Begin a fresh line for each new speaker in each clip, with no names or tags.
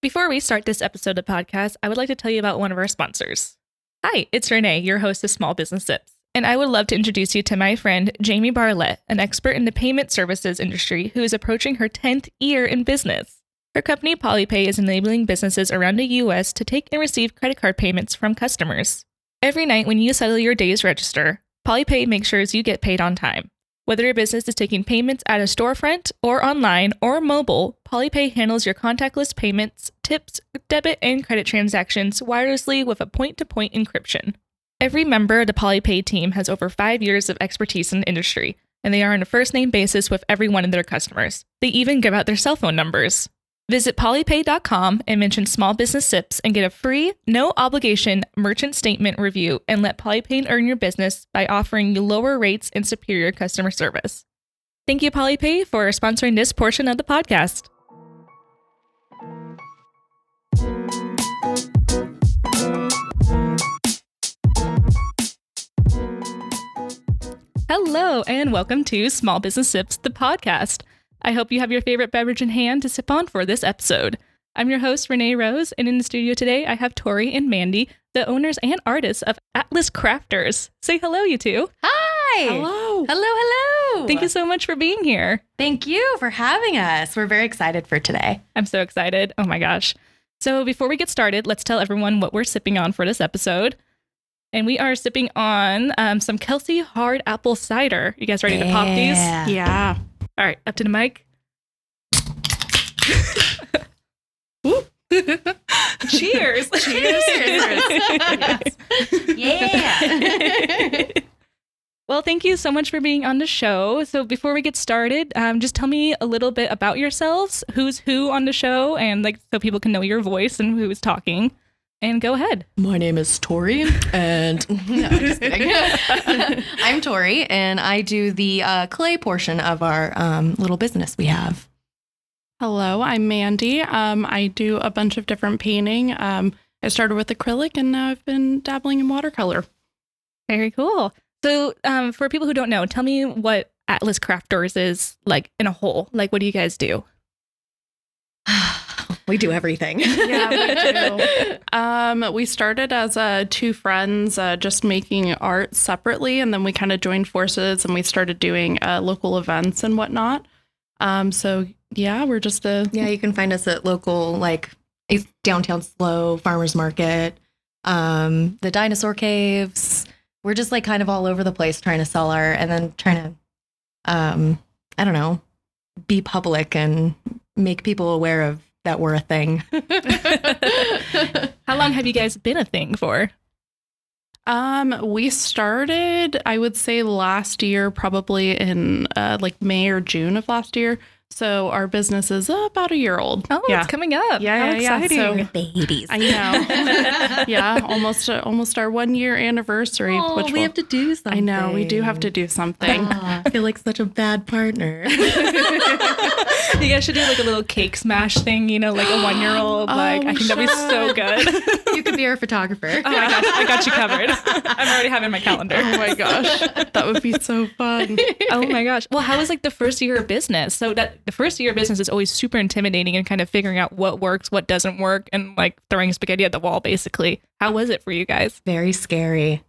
Before we start this episode of the podcast, I would like to tell you about one of our sponsors. Hi, it's Renee, your host of Small Business Sips, and I would love to introduce you to my friend Jamie Barlett, an expert in the payment services industry who is approaching her 10th year in business. Her company Polypay is enabling businesses around the US to take and receive credit card payments from customers. Every night when you settle your day's register, Polypay makes sure you get paid on time. Whether your business is taking payments at a storefront or online or mobile, Polypay handles your contactless payments, tips, debit, and credit transactions wirelessly with a point to point encryption. Every member of the Polypay team has over five years of expertise in the industry, and they are on a first name basis with every one of their customers. They even give out their cell phone numbers. Visit polypay.com and mention small business sips and get a free, no obligation merchant statement review and let Polypay earn your business by offering you lower rates and superior customer service. Thank you, Polypay, for sponsoring this portion of the podcast. Hello, and welcome to Small Business Sips, the podcast. I hope you have your favorite beverage in hand to sip on for this episode. I'm your host, Renee Rose, and in the studio today, I have Tori and Mandy, the owners and artists of Atlas Crafters. Say hello, you two.
Hi.
Hello.
Hello, hello.
Thank you so much for being here.
Thank you for having us. We're very excited for today.
I'm so excited. Oh my gosh. So, before we get started, let's tell everyone what we're sipping on for this episode. And we are sipping on um, some Kelsey hard apple cider. You guys ready to pop these?
Yeah.
Yeah.
All right, up to the mic. Woo. Cheers.
Cheers. yeah.
well, thank you so much for being on the show. So, before we get started, um, just tell me a little bit about yourselves, who's who on the show, and like so people can know your voice and who is talking. And go ahead.
My name is Tori, and
No, I'm just kidding. I'm Tori, and I do the uh, clay portion of our um, little business we have.
hello, I'm Mandy. Um, I do a bunch of different painting. Um, I started with acrylic, and now I've been dabbling in watercolor.
Very cool. So, um, for people who don't know, tell me what Atlas Crafters is like in a whole. Like, what do you guys do?
we do everything.
Yeah, we Um, we started as uh, two friends uh, just making art separately, and then we kind of joined forces and we started doing uh, local events and whatnot. Um, so yeah, we're just a
Yeah, you can find us at local like East- downtown Slow Farmers Market, um, the Dinosaur Caves. We're just like kind of all over the place trying to sell art and then trying to, um, I don't know, be public and make people aware of that we're a thing.
How long have you guys been a thing for?
Um, we started, I would say, last year, probably in uh, like May or June of last year. So our business is about a year old.
Oh,
yeah,
it's coming up.
Yeah,
How
yeah, yeah.
exciting.
So-
Babies.
I know. yeah, almost uh, almost our one year anniversary.
Oh,
which
we
will-
have to do something.
I know we do have to do something.
Aw, I feel like such a bad partner.
you guys should do like a little cake smash thing, you know, like a one year old.
Oh,
Like, I
we
think that'd be so
should.
good.
you could be our photographer.
Oh my gosh, I got you covered. I'm already having my calendar.
oh my gosh, that would be so fun.
Oh my gosh. Well, how was like the first year of business? So that the first year of business is always super intimidating and kind of figuring out what works, what doesn't work, and like throwing spaghetti at the wall basically. How was it for you guys?
Very scary.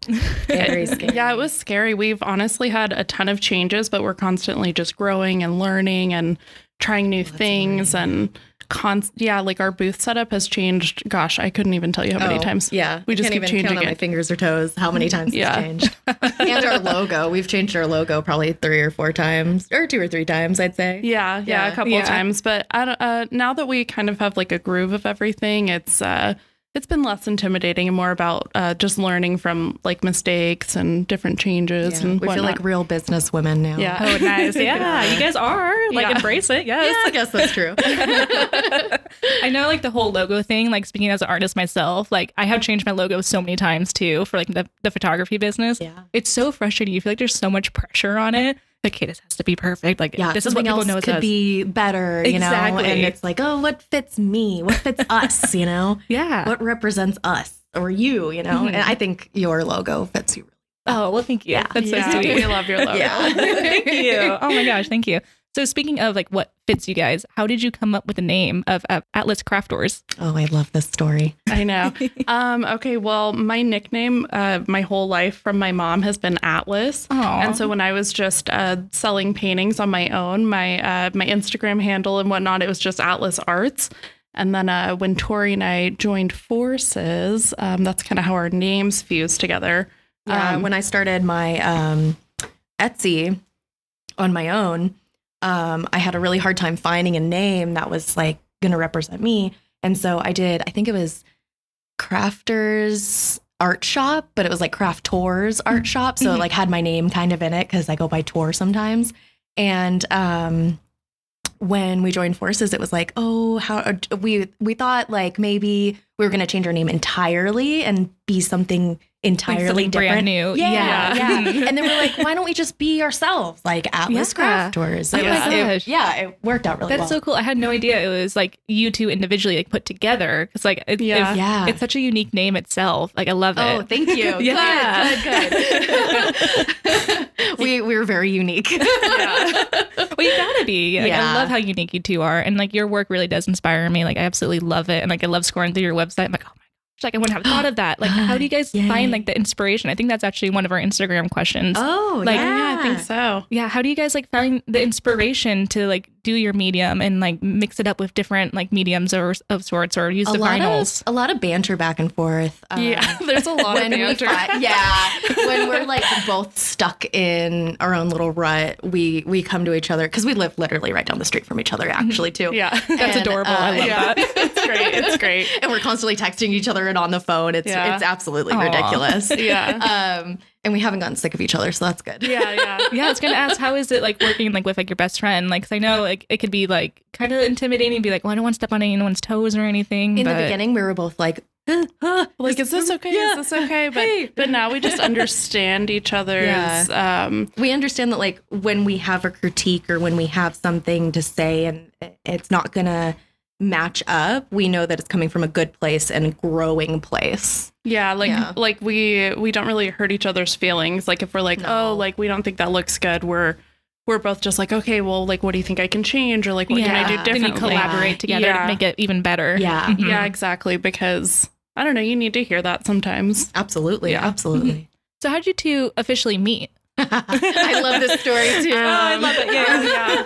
Very scary.
Yeah, it was scary. We've honestly had a ton of changes, but we're constantly just growing and learning and trying
Oh,
new things and const- yeah, like our booth setup has changed. Gosh, I couldn't even tell you how many
Oh,
times.
Yeah,
We just
can't even
keep changing
count on
it.
my fingers or toes how many times
Yeah.
it's changed. and our logo, we've changed our logo probably three or four times, or two or three times, I'd say.
Yeah, yeah,
Yeah.
a couple
Yeah.
of times, but I don't, uh, now that we kind of have like a groove of everything, it's uh, it's been less intimidating and more about uh, just learning from like mistakes and different changes
Yeah,
and
we feel
whatnot.
like real business women now.
yeah.
Oh, nice. Yeah, you guys are like
Yeah.
embrace it.
Yeah,
Yes.
I guess that's true.
I know like the whole logo thing, like speaking as an artist myself, like I have changed my logo so many times too for like the, the photography business.
Yeah.
It's so frustrating. You feel like there's so much pressure on it. Like, okay, this has to be perfect. Like
Yeah,
this is what
something
people know
else
as
could
us.
be better, you know. And
Exactly.
it's like, oh, what fits me? What fits us? You know,
yeah.
what represents us or you? You know, and I think your logo fits you.
Oh, well, thank you. That's so
yeah,
sweet.
we love your logo.
Yeah.
thank you. Oh my gosh, thank you. So speaking of like what fits you guys, how did you come up with the name of, of Atlas Craft Doors?
Oh, I love this story.
I know. um, okay, well, my nickname uh, my whole life from my mom has been Atlas. And so when I was just uh, selling paintings on my own, my uh, my Instagram handle and whatnot, it was just Atlas Arts. And then uh, when Tori and I joined forces, um, that's kind of how our names fused together.
Yeah,
Um,
Uh, when I started my um, Etsy on my own, um, I had a really hard time finding a name that was like going to represent me. And so I did, I think it was Crafters Art Shop, but it was like Craft Tours Art Shop. So it
Mhm.
like had my name kind of in it because I go by tour sometimes. And um, when we joined forces, it was like, oh, how we we thought like maybe we were going to change our name entirely and be something
Like
entirely
something
different
brand new.
yeah,
Yeah.
yeah. and then we're like, why don't we just be ourselves, like Atlas
Yeah.
Craft Tours?
Oh
It
my
it-
gosh.
yeah, it worked out really
That's
well.
so cool. I had no idea it was like you two individually like put together because like it,
Yeah.
if-
yeah.
it's such a unique name itself. Like I love
oh,
it.
thank you.
Yeah.
Good, good, good. we we were very unique.
Well, you gotta be. Like, I
Yeah.
love how unique you two are, and like your work really does inspire me. Like I absolutely love it, and like I love scrolling through your website. I'm like, oh my gosh, like I wouldn't have thought of that. Like, how do you guys
Yay.
find like the inspiration? I think that's actually one of our Instagram questions.
Oh,
Like-
yeah, I think so.
Yeah, how do you guys like find the inspiration to like do your medium and like mix it up with different like mediums or of sorts or use
A
the
lot
vinyls?
of a lot of banter back and forth. Um,
yeah, there's a lot of
when we
banter.
fi- yeah, when we're like both stuck in our own little rut, we we come to each other because we live literally right down the street from each other, actually too.
Yeah.
That's
And,
adorable.
uh,
I love
yeah.
that.
it's great. It's great.
and we're constantly texting each other and on the phone. It's
Yeah.
it's absolutely
Aw.
ridiculous.
Yeah.
um, and we haven't gotten sick of each other, so that's good.
Yeah, yeah.
yeah, I was gonna ask, how is it like working like with like your best friend? Like, 'cause I know like it could be like kind of intimidating, be like, well, I don't want to step on anyone's toes or anything.
In
but...
the beginning, we were both like, "Huh, huh,
Like, is this okay?
Yeah.
Is this okay? But
Hey.
but now we just understand each other's um
we understand that like when we have a critique or when we have something to say and it's not gonna match up, we know that it's coming from a good place and a growing place.
Yeah, like
Yeah.
like we we don't really hurt each other's feelings. Like if we're like,
No.
oh, like we don't think that looks good, we're we're both just like, okay, well, like what do you think I can change, or like what can I do
Yeah. Then
differently?
Then you collaborate together
Yeah.
to make it even better.
Yeah.
Mhm.
Yeah, exactly. Because I don't know, you need to hear that sometimes.
Absolutely,
Yeah.
absolutely.
So how did you two officially meet?
I love this story too.
I love it. Yeah.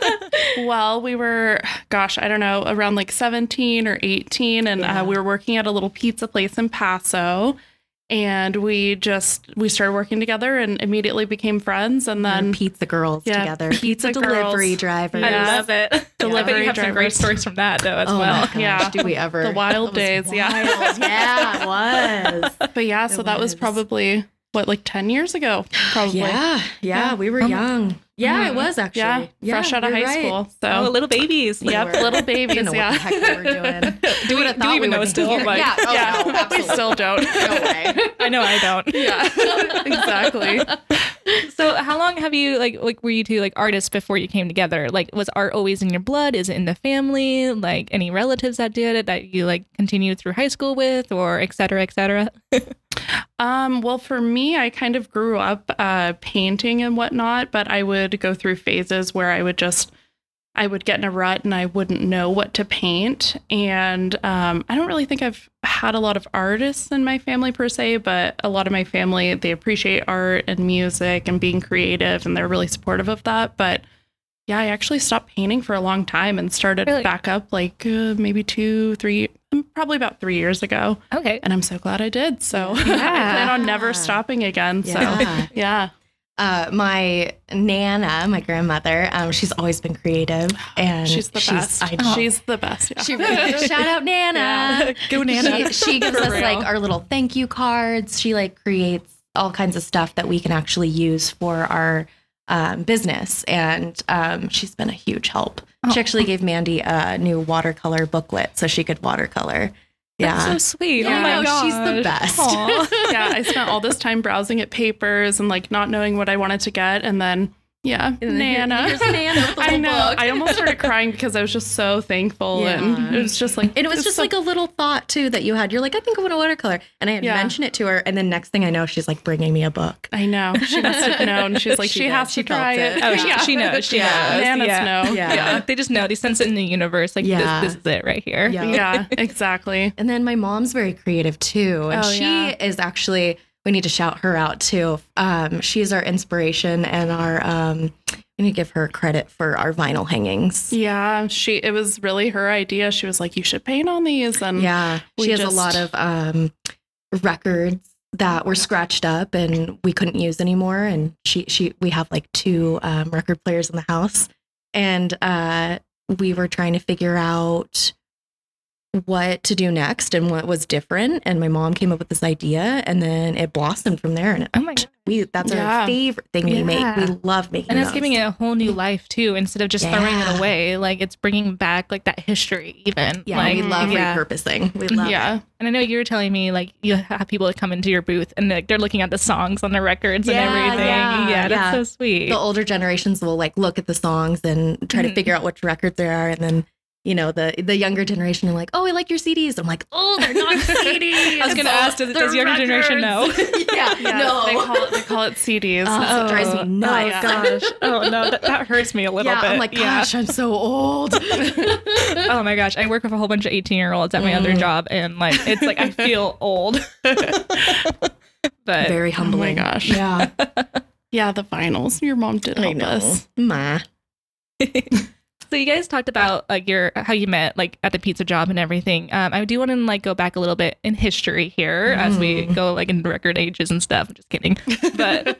yeah. Well, we were, gosh, I don't know, around like 17 or 18, and
Yeah.
uh, we were working at a little pizza place in Paso. And we just we started working together and immediately became friends. And
We're
then
pizza girls
Yeah,
together.
pizza
Pizza, delivery
girls.
drivers.
I
Yeah.
love it. I bet
Delivery
you have some great
drivers.
stories from that though as
oh
well.
my gosh,
Yeah.
do we ever?
The wild
That was
days, yeah.
wild. yeah, it was.
But yeah,
It
so that was
was.
probably what, like 10 years ago? Probably.
Yeah, yeah,
Yeah.
we were
Oh my-
young. Mm-hmm. Yeah,
Mhm.
it was actually.
Yeah, fresh out of
you're
high
right.
school. So,
Oh, little babies.
Like,
yep,
we're-
little
I
babies.
didn't know what the
Yeah.
heck we were doing.
Do we- do
Would've
we
thought
even know
were
it's still
here.
like-
Yeah, oh,
yeah.
no,
we
absolutely.
still don't.
No way.
I know I don't.
yeah, exactly.
So how long have you like like were you two like artists before you came together? Like was art always in your blood? Is it in the family? Like any relatives that did it that you like continued through high school with or et cetera, et cetera?
Um, well, for me, I kind of grew up uh, painting and whatnot, but I would go through phases where I would just, I would get in a rut and I wouldn't know what to paint. And um, I don't really think I've had a lot of artists in my family per se, but a lot of my family, they appreciate art and music and being creative and they're really supportive of that. But yeah, I actually stopped painting for a long time and started
Really?
back up like uh, maybe two, three, mm, probably about three years ago
Okay.
and I'm so glad I did. So I
Yeah.
plan on never stopping again. So
Yeah.
yeah,
Uh, my nana, my grandmother, um, she's always been creative, and
she's the best.
I know.
She's the best. Yeah.
She really, shout out Nana.
Yeah.
Go
She, she gives
For
us
real.
like our little thank you cards. She like creates all kinds of stuff that we can actually use for our um, business, and um, she's been a huge help.
Oh.
She actually gave Mandy a new watercolor booklet so she could watercolor.
That's
Yeah,
so sweet.
Yeah.
Oh my
No,
gosh.
she's the best.
Aw.
yeah, I spent all this time browsing at papers and like not knowing what I wanted to get, and then Yeah,
And then
Nana.
here- here's Nana with the
I
little
know.
book.
I almost started crying because I was just so thankful, and
Yeah.
it was just like
And it was
it's
just
so-
like a little thought too that you had. You're like, I think I want a watercolor, and I had
Yeah.
mentioned it to her, and then next thing I know, she's like bringing me a book.
I know she must have known. She's like
She
she,
did.
has
She
to try
felt
it.
it.
Oh, she,
Yeah.
she knows. She
Yeah.
knows.
Nanas
yeah.
know.
Yeah.
Yeah. They just know. They sense it in the universe. Like,
Yeah.
this, this is it right here.
Yeah.
yeah, exactly.
And then my mom's very creative too, and
Oh,
she
yeah.
is actually. We need to shout her out too. Um, she's our inspiration and our. Um, we need to give her credit for our vinyl hangings.
Yeah, she. It was really her idea. She was like, "You should paint on these,"
Um,
and
Yeah,
we
she has a
just-
lot of um, records that were scratched up and we couldn't use anymore. And she, she, we have like two um, record players in the house, and uh, we were trying to figure out what to do next and what was different. And my mom came up with this idea, and then it blossomed from there. And
Oh my God.
we, that's
Yeah.
our favorite thing we make.
Yeah.
We love making.
And it's
those.
giving it a whole new life too. Instead of just throwing it
Yeah.
away, like it's bringing back like that history even.
Yeah, Mm-hmm.
like,
we love
yeah.
repurposing. We love. it.
yeah,
And I know you were telling me like you have people that come into your booth and like they're looking at the songs on the records
Yeah,
and everything.
yeah,
Yeah, that's
yeah.
so sweet.
the older generations will like look at the songs and try
Mhm.
to figure out which records there are and then you know the the younger generation are like oh i like your cds i'm like oh they're not cds
I was gonna ask, does- does the younger generation
know yeah,
Yeah,
no
They call it they call it CDs.
Oh, it drives me nuts.
Oh gosh. Oh no, that, that hurts me a little
yeah
bit.
i'm like
Yeah.
gosh i'm so old
Oh my gosh, I work with a whole bunch of 18 year olds at my other
Mm.
job, and like it's like I feel old. but
very humbling
gosh.
yeah
yeah, the vinyls. Your mom did
i
help
know
us.
Ma.
so you guys talked about like your how you met like at the pizza job and everything. Um, I do want to like go back a little bit in history here as we
Mm.
go like in record ages and stuff. I'm just kidding. But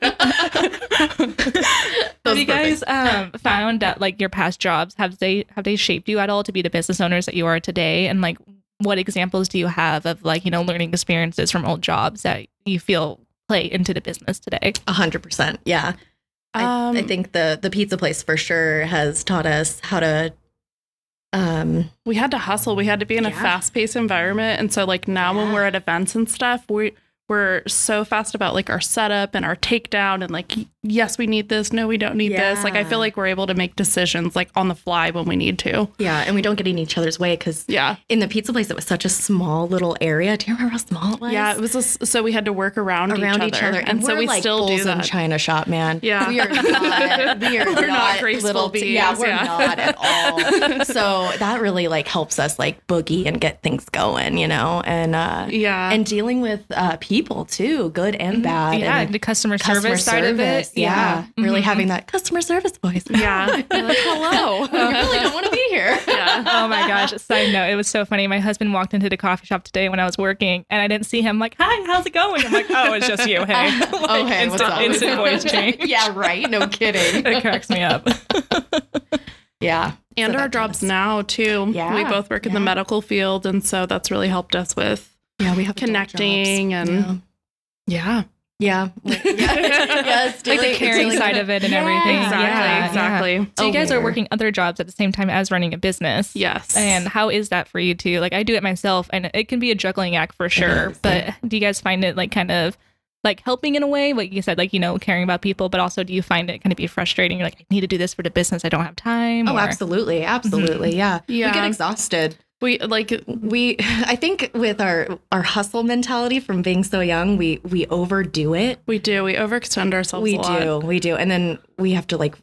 have you guys um, found that like your past jobs have they have they shaped you at all to be the business owners that you are today? And like, what examples do you have of like you know learning experiences from old jobs that you feel play into the business today?
100% yeah I, I
Um,
think the the pizza place for sure has taught us how to um
we had to hustle. We had to be in a
Yeah.
fast-paced environment, and so like now when
Yeah.
we're at events and stuff, we we're so fast about like our setup and our takedown, and like yes, we need this. No, we don't need this. Like I
Yeah.
feel like we're able to make decisions like on the fly when we need to.
yeah and we don't get in each other's way because
Yeah,
in the pizza place, it was such a small little area. Do you remember how small it was?
yeah. It was a s so we had to work around
around each other,
and, so
we're
we
like
still
bulls
do
in
that.
China shop, man.
Yeah.
we are not. We are
We're not
not,
graceful
little. T- yeah,
beings,
we're
yeah.
not at all. So that really like helps us like boogie and get things going, you know, and uh,
Yeah,
and dealing with uh, people too, good and bad.
yeah,
and
the customer,
customer
service side of it.
service, Yeah, really
Mhm.
having that customer service voice.
yeah. You're like,
I
hello.
really don't want to be here.
yeah.
oh my gosh. Side note, it was so funny. My husband walked into the coffee shop today when I was working and I didn't see him like, Hi, how's it going? I'm like, Oh, it's just you. Hey.
Uh,
Like,
oh, hey, what's
instant,
up?
instant voice change.
yeah, right. No kidding.
It cracks me up.
Yeah.
and
So
our
that
jobs
helps.
now too.
Yeah.
we both work in the
Yeah.
medical field, and so that's really helped us with
Yeah, we have adult jobs.
connecting and yeah,
yeah, yeah, yes,
like the caring side of it and everything.
Yeah,
exactly,
Yeah,
exactly.
yeah. So you guys are
Aware.
working other jobs at the same time as running a business.
Yes,
And how is that for you too? Like I do it myself and it can be a juggling act for sure.
is,
But do you guys find it like kind of like helping in a way? Like you said, like, you know, caring about people, but also do you find it kind of be frustrating? You're like, I need to do this for the business. I don't have time.
Oh,
or-
absolutely,
Mm-hmm.
absolutely, yeah.
yeah,
We get exhausted.
we like
We, I think, with our our hustle mentality from being so young, we we overdo it.
we do we overextend ourselves.
We
a lot.
do, we do, and then we have to like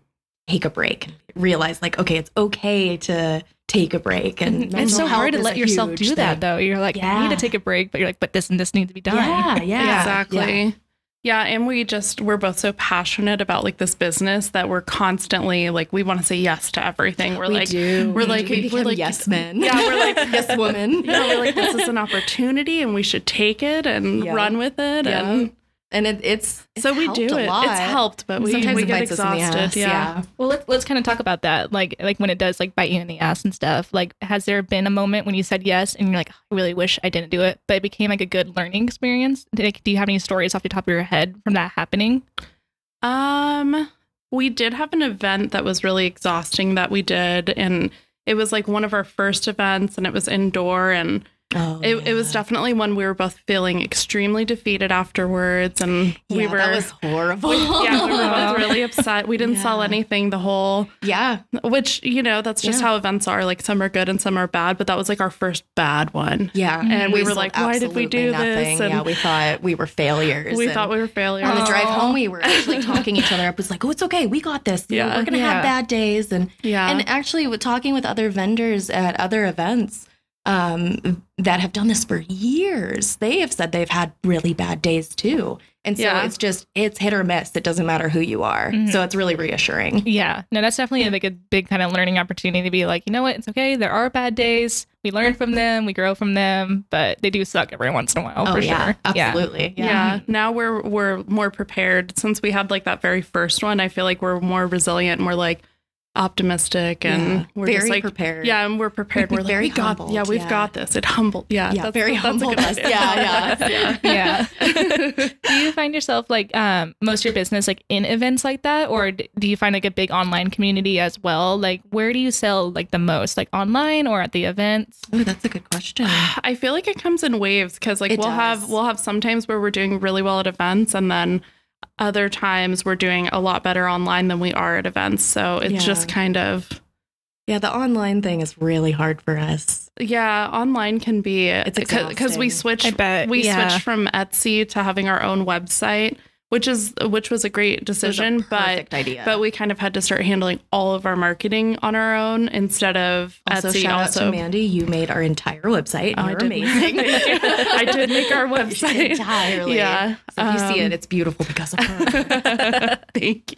take a break. and Realize, like, okay, it's okay to take a break, and mental
it's so
health
hard to
is
let
a
yourself
huge
do that
thing.
though. You're like, I need
Yeah.
to take a break, but you're like, but this and this need to be done.
Yeah, yeah,
exactly. Yeah. and we just we're both so passionate about like this business that we're constantly like we want to say yes to everything. We're
We
like
do.
we're like-
we
we're
become
like-
yes men.
Yeah, we're like-
yes woman.
yeah, we're like this is an opportunity and we should take it and
Yeah.
run with it
Yeah.
and
and it, it's
so
it's
we
helped
do
a
it.
lot.
It's helped, but we,
Sometimes
we
it
get
bites us in the
exhausted.
ass,
yeah.
Well, let's let's kind of talk about that. Like like when it does like bite you in the ass and stuff. Like, has there been a moment when you said yes and you're like, I really wish I didn't do it, but it became like a good learning experience? Like, do you have any stories off the top of your head from that happening?
Um, we did have an event that was really exhausting that we did, and it was like one of our first events, and it was indoor, and
Oh,
It, it was
yeah.
definitely when we were both feeling extremely defeated afterwards, and we
Yeah,
were
that was horrible.
yeah, we were both really upset. We didn't sell
Yeah.
anything the whole,
yeah,
which you know that's just
Yeah.
how events are. Like some are good and some are bad, but that was like our first bad one.
yeah.
And we were
sold
like, why did we do
absolutely
this? And
yeah, we thought we were failures.
we
and
thought we were failures.
on the
Oh.
drive home, we were actually talking each other up. It's like, oh, it's okay. We got this. You know,
Yeah.
we're gonna
Yeah.
have bad days, and
yeah,
and actually, with talking with other vendors at other events um, that have done this for years, they have said they've had really bad days too. And so
Yeah. Mm-hmm.
it's just it's hit or miss. It doesn't matter who you are.
Mhm.
So it's really reassuring.
Yeah. No, that's definitely like a big kind of learning opportunity to be like, you know what? It's okay. There are bad days. We learn from them. We grow from them, but they do suck every once in a while for
Oh, yeah,
sure.
absolutely.
Oh, yeah.
Yeah.
Now we're we're more prepared since we had like that very first one. I feel like we're more resilient. and We're like optimistic and
Yeah.
we're
very
just like
prepared.
yeah, and we're prepared. We're like,
Very
we got,
humbled,
yeah, we've
yeah.
got this. It humbled. Yeah,
Yeah, very humbled us. Yeah, yeah.
Yeah.
yeah.
do you find yourself like um, most of your business like in events like that or d- do you find like a big online community as well like where do you sell like the most like online or at the events
Oh, that's a good question.
I feel like it comes in waves because like
It
we'll have
does.
we'll have some times where we're doing really well at events and then other times we're doing a lot better online than we are at events. So it's
Yeah.
just kind of
Yeah, the online thing is really hard for us.
yeah, online can be it's because we
exhausting.
switch
Uh,
bet
we
yeah.
switched from Etsy to having our own website, which is which was a great
It was a
decision, but
perfect idea.
but we kind of had to start handling all of our marketing on our own instead of
also
Etsy.
shout out
also,
to Mandy. You made our entire website.
Oh, I
You're
did-
amazing.
Thank you. I did make our website.
entirely.
yeah,
So if you see
um,
it, it's beautiful because of her.
Thank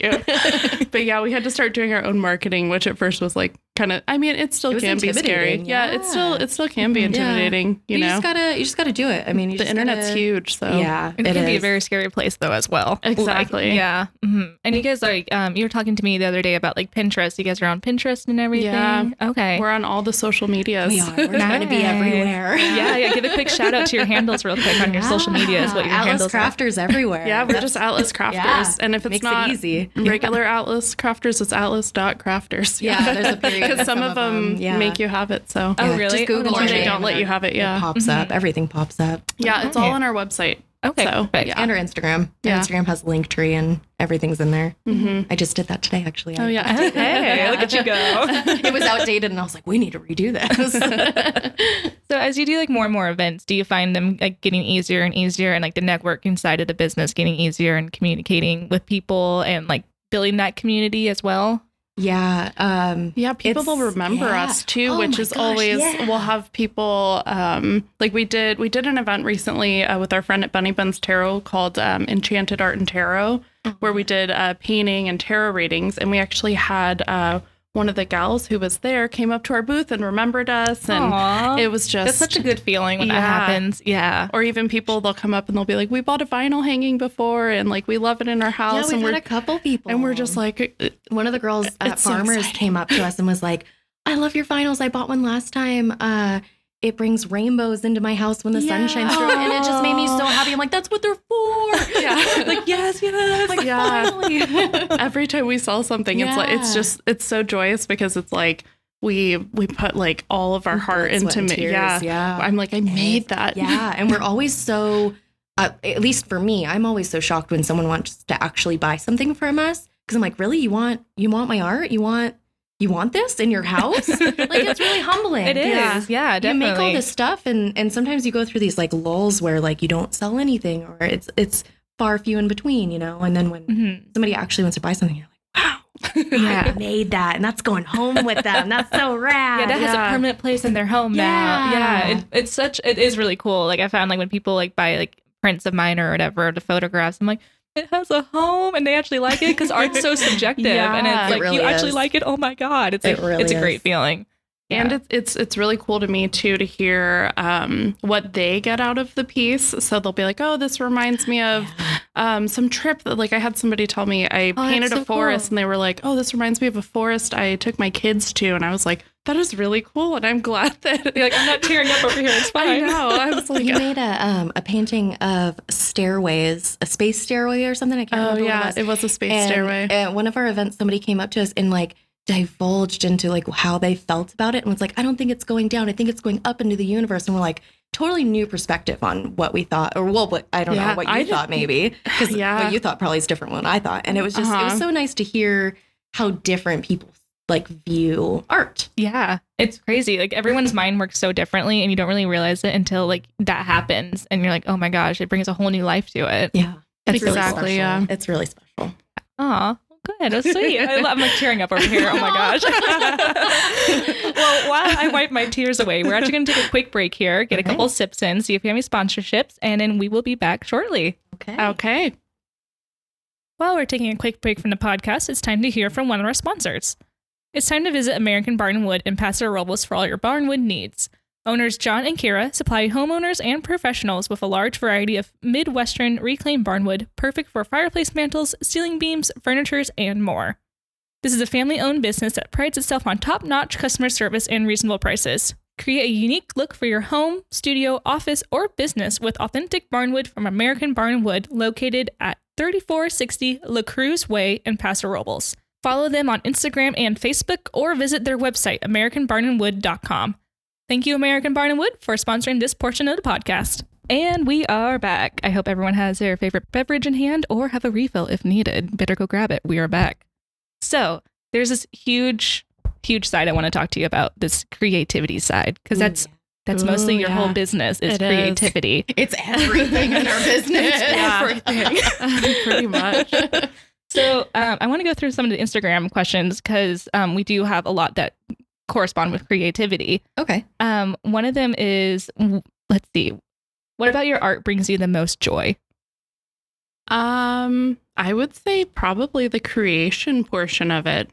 you. But yeah, we had to start doing our own marketing, which at first was like kind of. I mean, it still
It was
can be scary.
intimidating,
Yeah. it's still
yeah.
it still can be
Mhm. Yeah.
intimidating.
You,
You, know,
just gotta you just gotta do it. I mean, you
the
just
internet's
gotta-
huge. So
Yeah,
it, can be a
is.
very scary place though as well Like,
Exactly.
yeah Mhm. and you guys like um you were talking to me the other day about like pinterest you guys are on pinterest and everything
Yeah.
okay
we're on all the social medias.
We are. We're trying to be
Nice.
everywhere.
yeah yeah give a quick shout out to your handles real quick on your social media is what your
Atlas
handles are.
Crafters everywhere.
yeah, we're
That
just Atlas Crafters,
Yeah.
and if it's
makes
not
it easy.
regular Atlas Crafters, it's Atlas dot Crafters.
Yeah, there's a period in
because some, of them
yeah.
make you have it. So
Oh,
Yeah,
really?
Just Google
Or
or
they
they
it
don't
and
let you
it
have it.
It
Yeah, Mm-hmm.
pops up. Everything pops up.
yeah, it's all on our website.
okay
So,
perfect.
yeah.
And our Instagram.
Yeah.
Our Instagram has Linktree and everything's in there.
hmm
I just did that today, actually.
Oh
I-
yeah.
hey look at you go
it was outdated, and I was like, we need to redo this.
So as you do like more and more events, do you find them like getting easier and easier and like the networking side of the business getting easier and communicating with people and like building that community as well?
yeah. Um,
Yeah, people will
It's-
remember
yeah.
us too,
Oh
which
my
is
gosh,
always
yeah.
we'll have people um like we did we did an event recently uh, with our friend at Bunny Buns Tarot called um, Enchanted Art and Tarot where we did uh, painting and tarot readings and we actually had uh one of the gals who was there came up to our booth and remembered us and
Aww.
it was just
That's such a good feeling when that
Yeah.
happens. Yeah.
or even people they'll come up and they'll be like we bought a vinyl hanging before and like we love it in our
yeah,
house
we've
and
had
we're
a couple people,
and we're just like uh,
one of the girls at
It's so
Farmers
exciting.
came up to us and was like, "I love your finals. I bought one last time. Uh, it brings rainbows into my house when the
Yeah.
sun shines through, it." and it just made me so happy. I'm like, that's what they're for.
Yeah.
like yes, yes, like,
Yeah.
finally.
every time we sell something it's like it's
Yeah.
just it's so joyous because it's like we we put like all of our heart
Blood, sweat,
into
and
it
tears,
yeah.
yeah.
i'm like i made that
Yeah, and we're always so, uh, at least for me, I'm always so shocked when someone wants to actually buy something from us because I'm like, really, you want you want my art? You want you want this in your house? like it's really humbling.
It
Yeah.
is. Yeah,
You
definitely.
make all this stuff, and and sometimes you go through these like lulls where like you don't sell anything, or it's it's far few in between, you know. And then when
Mhm.
somebody actually wants to buy something, you're like, wow,
Yeah.
I made that, and that's going home with them. That's so rad.
Yeah, that has
Yeah.
a permanent place in their home now. Yeah,
Yeah.
it, it's such. It is really cool. Like I found, like when people like buy like prints of mine or whatever, the photographs. I'm like, it has a home, and they actually like it because art's so subjective, and
Yeah.
it's
It
like you
really
actually
is.
like it. Oh my god, it's
It
like,
really
it's a great
is.
feeling.
and
Yeah.
it's it's it's really cool to me too to hear um what they get out of the piece so they'll be like oh this reminds me of um some trip that like i had somebody tell me i
that's
painted
so
a forest
cool.
and they were like oh this reminds me of a forest i took my kids to and i was like that is really cool and i'm glad that
You're like I'm not tearing up over here. It's
i
fine.
know i was like uh,
You made a um, a painting of stairways, a space stairway or something. I can't
oh
remember what it
yeah
was.
it was a space
And
stairway
At one of our events, somebody came up to us and like divulged into like how they felt about it and was like, I don't think it's going down. I think it's going up into the universe. And we're like, totally new perspective on what we thought, or well, what I don't
Yeah,
know what you
I
thought
didn't-
maybe because
Yeah.
what you thought probably is different than what I thought, and it was just it
Uh-huh.
was so nice to hear how different people like view art.
Yeah, it's crazy. Like everyone's mind works so differently, and you don't really realize it until like that happens, and you're like, oh my gosh, it brings a whole new life to it.
Yeah,
That's
really
Exactly,
special.
yeah.
it's really special.
Aw, good. That's sweet. I love, I'm like tearing up over here. Oh my gosh. well, while I wipe my tears away, we're actually going to take a quick break here, get a
Okay.
couple sips in, see if we have any sponsorships, and then we will be back shortly.
Okay.
Okay.
While we're taking a quick break from the podcast, it's time to hear from one of our sponsors. It's time to visit American Barnwood in Paso Robles for all your barnwood needs. Owners John and Kira supply homeowners and professionals with a large variety of Midwestern reclaimed barnwood, perfect for fireplace mantles, ceiling beams, furnitures, and more. This is a family owned business that prides itself on top notch customer service and reasonable prices. Create a unique look for your home, studio, office, or business with authentic barnwood from American Barnwood located at 3460 La Cruz Way in Paso Robles. Follow them on Instagram and Facebook or visit their website, AmericanBarnandWood.com. Thank you, American Barn and Wood, for sponsoring this portion of the podcast. And we are back. I hope everyone has their favorite beverage in hand or have a refill if needed. Better go grab it. We are back. So there's this huge, huge side I want to talk to you about this creativity side, because that's that's mostly
Ooh,
your
yeah.
whole business is
It is.
creativity.
it's everything in our business.
Yeah.
Everything.
Pretty much.
So um, I want to go through some of the Instagram questions because um, we do have a lot that correspond with creativity.
Okay.
Um, one of them is w- let's see, what about your art brings you the most joy?
Um, I would say probably the creation portion of it.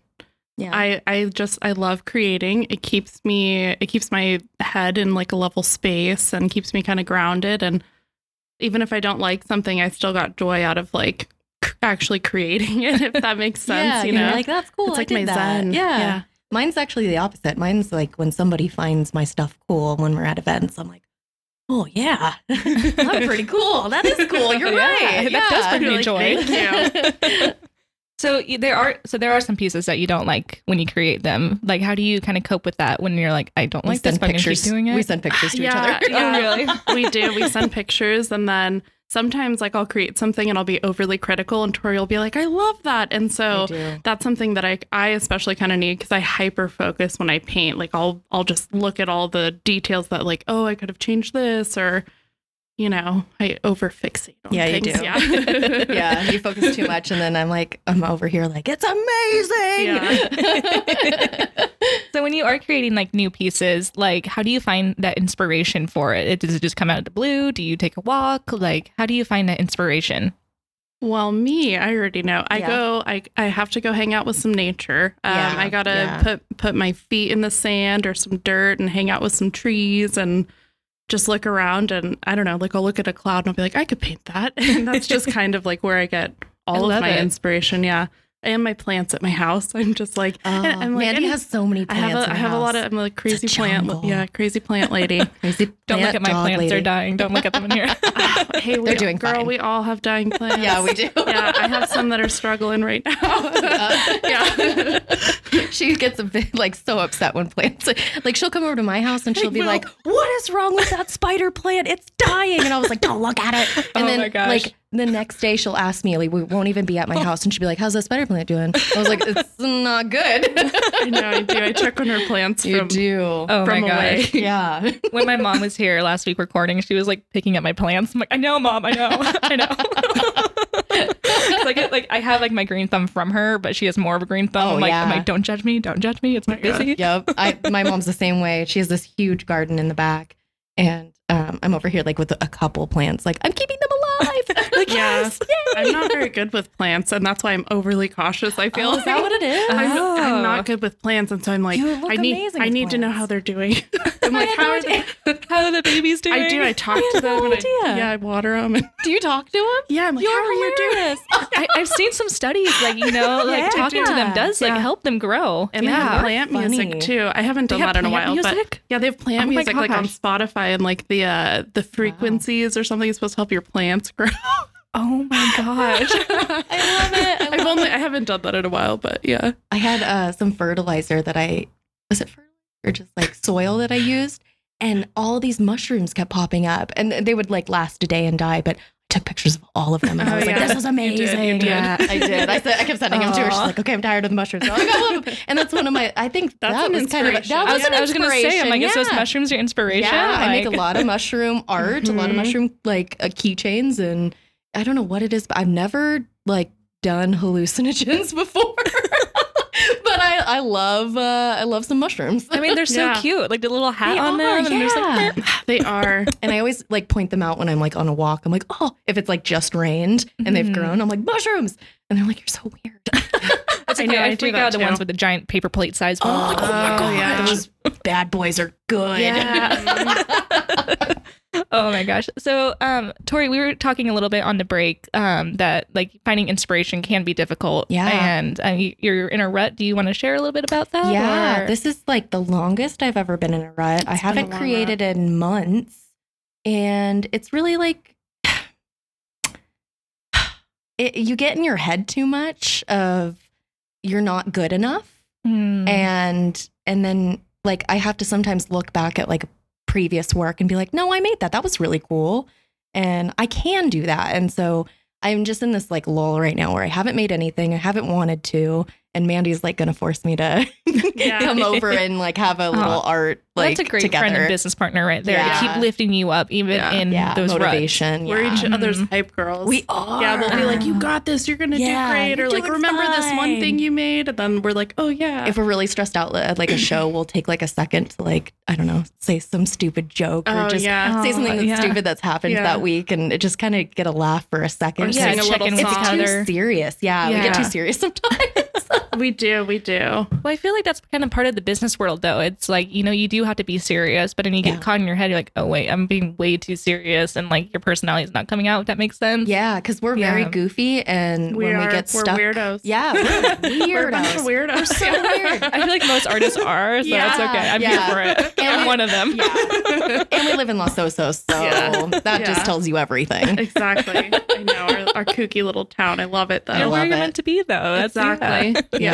Yeah.
I I just I love creating. It keeps me it keeps my head in like a level space and keeps me kind of grounded and even if I don't like something, I still got joy out of like c- actually creating it if that makes sense,
yeah,
you
you're
know.
like that's cool.
it's
I
like
did
my
that.
zen.
Yeah.
yeah.
Mine's actually the opposite. Mine's like when somebody finds my stuff cool when we're at events, I'm like, oh yeah, I'm pretty cool. That is Oh, cool. You're
Yeah,
right.
that does bring
You're
me
like,
joy.
"Thank you."
So y- there are so there are some pieces that you don't like when you create them. Like how do you kind of cope with that when you're like I don't
We
like this,
send
but I'm gonna keep
pictures.
doing it.
We send pictures to
Yeah,
each
oh
other.
yeah.
really?
we do. We send pictures and then sometimes like I'll create something and I'll be overly critical and Tori will be like, I love that. And so
do.
that's something that I, I especially kind of need because I hyper focus when I paint. Like I'll I'll just look at all the details that like, oh, I could have changed this or you know, I over fixate on
Yeah, you
things.
do.
Yeah.
Yeah, you focus too much, and then I'm like, I'm over here, like it's Oh, amazing.
So when you are creating like new pieces, like how do you find that inspiration for it? It- Does it just come out of the blue? Do you take a walk? Like how do you find that inspiration?
Well, me, I already know. I
Yeah.
go. I I have to go hang out with some nature. Um,
Yeah,
I gotta
yeah.
put put my feet in the sand or some dirt and hang out with some trees and just look around and I don't know. Like I'll look at a cloud and I'll be like, I could paint that. And that's just kind of like where I get all
love
of my
it.
inspiration. Yeah, and my plants at my house. I'm just like, and
Oh,
I'm like,
Mandy
any-
has so many
I
plants.
have a,
in
I
her
have a lot
house.
of I'm a
It's a
crazy plant.
jungle.
Yeah, crazy plant lady.
crazy.
Don't
plant
look at my
dog
plants; they're
lady.
dying. Don't look at them in here.
hey, we,
They're doing
girl.
fine.
We all have dying plants.
Yeah, we do.
yeah, I have some that are struggling right now.
uh,
yeah.
she gets a bit like so upset when plants like she'll come over to my house and she'll be
will.
like, "What is wrong with that spider plant? It's dying!" And I was like, "Don't look at it." And
Oh
then
my gosh. Oh.
like the next day she'll ask me like, "We won't even be at my house," and she'll be like, "How's that spider plant doing?" I was like, "It's not good."
I know I do. I check on her plants from
do.
Oh
from
my gosh.
away.
Yeah.
When my mom was here last week recording, she was like picking up my plants. I'm like, I know, mom, I know, I know. It's like, it- like I have like my green thumb from her, but she has more of a green thumb.
Oh,
I'm like, I'm
yeah.
like, don't judge me, don't judge me. It's my busy.
yep. I, my mom's the same way. She has this huge garden in the back, and um, I'm over here like with a couple plants. Like I'm keeping them alive. like
Yeah.
yes.
I'm not very good with plants, and that's why I'm overly cautious. I feel
Oh, is that what it is?
I'm,
Oh.
I'm not good with plants, and so I'm like,
You look
I need
amazing
I
with
need to know
plants.
how they're doing. I'm
I
like,
have
how
no
are they?
How are the babies doing?
I do. I talk
I
to
had
them.
no
and I,
idea.
yeah, I water them. And,
Do you talk to him?
yeah, I'm like, how are you doing?
I, I've seen some studies, like you know, like
Yeah.
talking to them does like
Yeah.
help them grow.
And they
yeah.
have plant
Funny.
music too. I haven't
They
done
have
that in a
plant
while, but
music?
yeah, they have plant
Oh my
music like on
gosh.
Spotify and like the uh, the frequencies or something is supposed to help your plants grow.
oh my gosh.
I love it. I,
I've only I haven't done that in a while, but yeah.
had uh, some fertilizer that I was it fertilizer or just like soil that I used, and all these mushrooms kept popping up, and they would like last a day and die. But I took pictures of all of them, and
Oh,
I was
yeah.
like, "This is amazing."
you did.
Yeah, I did. I, said, I kept sending them to her. She's
Aw.
like, "Okay, I'm tired of the mushrooms." Now I got one of them. and that's one of my. I think
That's
that
an
was kind of a,
inspiration.
that was
yeah,
an
I was gonna say, I'm like, is those
inspiration, yeah.
mushrooms your inspiration?
Yeah, I make
Like-
a lot of mushroom art, a lot
Mhm.
of mushroom like uh, keychains, and I don't know what it is, but I've never like done hallucinogens before. but I, I love uh, I love some mushrooms,
I mean, they're so
Yeah.
cute. Like the little hat
Oh
They
on
are,
them, and there's
yeah.
like,
They are.
and I always like point them out when I'm like on a walk. I'm like, oh, if it's like just rained and
Mhm.
Mm-hmm.
they've grown, I'm like mushrooms, and they're like, you're so weird.
it's
I
okay.
know,
I,
I do
freak
that
out the
too.
ones with the giant paper plate size. one. I'm like,
Oh, my God. yeah.
those bad boys are good.
Yeah. oh my gosh. So, um, Tori, we were talking a little bit on the break um, that like finding inspiration can be difficult.
Yeah.
And uh, you- you're in a rut. Do you want to share a little bit about that?
Yeah,
or-
this is like the longest I've ever been in a rut. I
It's been a
haven't
long
created in months. And it's really like it, you get in your head too much of you're not good enough
Hmm.
Mm-hmm.
and and then like I have to sometimes look back at like previous work and be like, "No, I made that. That was really cool." And I can do that. And so I'm just in this like lull right now where I haven't made anything. I haven't wanted to. And Mandy's like going to force me to
Yeah. Oh,
come over and like have a little
Aw.
art like
That's a great
together.
friend and business partner right there
Yeah.
to keep lifting you up, even
Yeah.
in
yeah,
those ruts.
motivation.
We're
yeah.
each other's hype girls.
Mm-hmm. we are.
yeah, we'll be like, you got this. You're gonna
Yeah,
do great. Or
you're
like,
doing
remember this one
fine.
thing you made, and then we're like, oh yeah.
if we're really stressed out at like a show, we'll take like a second to like I don't know, say some stupid joke or
oh
just
yeah.
say
Oh,
something that's
yeah.
stupid that's happened
Yeah.
that week and it just kind of get a laugh for a second.
Or
Yeah,
sing a
check
little
in with
it's
each
song.
too
other.
serious. Yeah, we get
Yeah.
too serious sometimes.
We do. We do.
Well, I feel like that's kind of part of the business world, though. It's like, you know, you do have to be serious, but then you get
Yeah.
caught in your head. You're like, oh, wait, I'm being way too serious. And like your personality is not coming out, if that makes sense.
yeah, because we're very
Yeah.
goofy and
We
when
are.
we get
we're
stuck,
weirdos.
yeah, we're
We're a bunch of
weirdos.
weirdos.
We're so
Yeah.
weird.
I feel like most artists are, so that's
Yeah,
okay. I'm
yeah.
here for it. I'm
And-
one of them.
yeah, and we live in Los Osos, so
Yeah.
that
Yeah.
just tells you everything.
exactly. I know our, our kooky little town. I love it though.
You're
I love
where you're
it.
meant to be, though. That's yeah.
exactly.
Yeah.